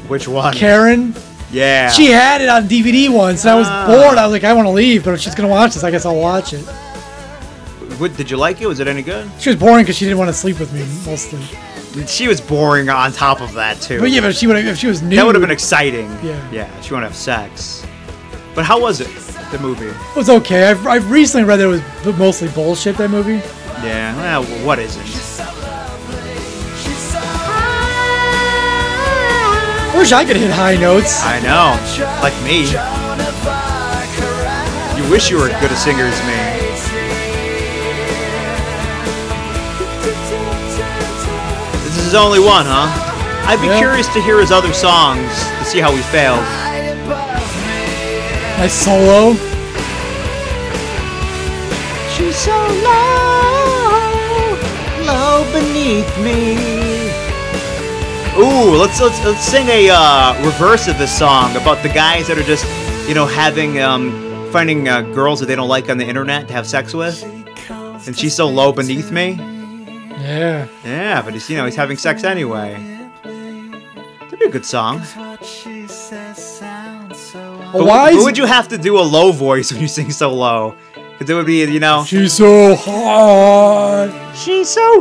Speaker 2: Which one?
Speaker 3: Karen?
Speaker 2: Yeah. Ah.
Speaker 3: She had it on DVD once, and I was bored. I was like, I want to leave, but if she's going to watch this, I guess I'll watch it.
Speaker 2: What, did you like it? Was it any good?
Speaker 3: She was boring because she didn't want to sleep with me, mostly.
Speaker 2: She was boring on top of that too.
Speaker 3: But yeah, but if she, would've- if she was new,
Speaker 2: that would have been exciting.
Speaker 3: Yeah.
Speaker 2: Yeah. She wanted to have sex. But how was it? The movie.
Speaker 3: it was okay. I've, I've recently read that it was b- mostly bullshit, that movie.
Speaker 2: Yeah. Well, what is it?
Speaker 3: I wish I could hit high notes.
Speaker 2: I know. Like me. You wish you were as good a singer as me. This is his only one, huh? I'd be
Speaker 3: Yeah.
Speaker 2: curious to hear his other songs to see how he failed.
Speaker 3: My solo.
Speaker 2: She's so low, low beneath me. Ooh, let's let's, let's sing a uh, reverse of this song about the guys that are just, you know, having um, finding uh, girls that they don't like on the internet to have sex with, and she's so low beneath me.
Speaker 3: Yeah.
Speaker 2: Yeah, but he's you know he's having sex anyway. That'd be a good song. But,
Speaker 3: Why
Speaker 2: why
Speaker 3: is-
Speaker 2: would you have to do a low voice when you sing so low? Because it would be you know.
Speaker 3: She's so hot.
Speaker 2: She's so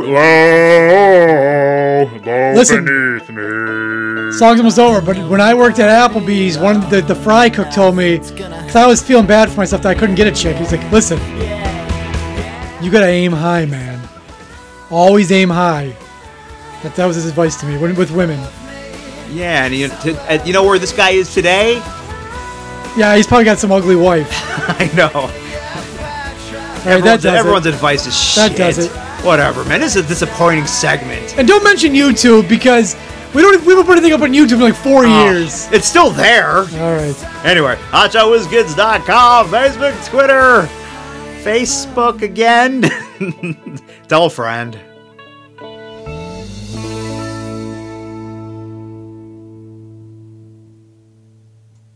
Speaker 3: Listen. Song's almost over, but when I worked at Applebee's, one of the, the fry cook told me, because I was feeling bad for myself that I couldn't get a chick. He's like, listen, you gotta aim high, man. Always aim high. That, that was his advice to me when, with women.
Speaker 2: Yeah, and you, to, and you know where this guy is today?
Speaker 3: Yeah, he's probably got some ugly wife.
Speaker 2: I know.
Speaker 3: All right, that
Speaker 2: Everyone's,
Speaker 3: does
Speaker 2: everyone's
Speaker 3: it.
Speaker 2: advice is
Speaker 3: That
Speaker 2: shit.
Speaker 3: does it.
Speaker 2: Whatever, man. This is a disappointing segment.
Speaker 3: And don't mention YouTube because we don't we haven't put anything up on YouTube in like four years.
Speaker 2: It's still there.
Speaker 3: Oh. All right.
Speaker 2: Anyway, hotshotwizkids.com, Facebook, Twitter, Facebook again. Tell a friend.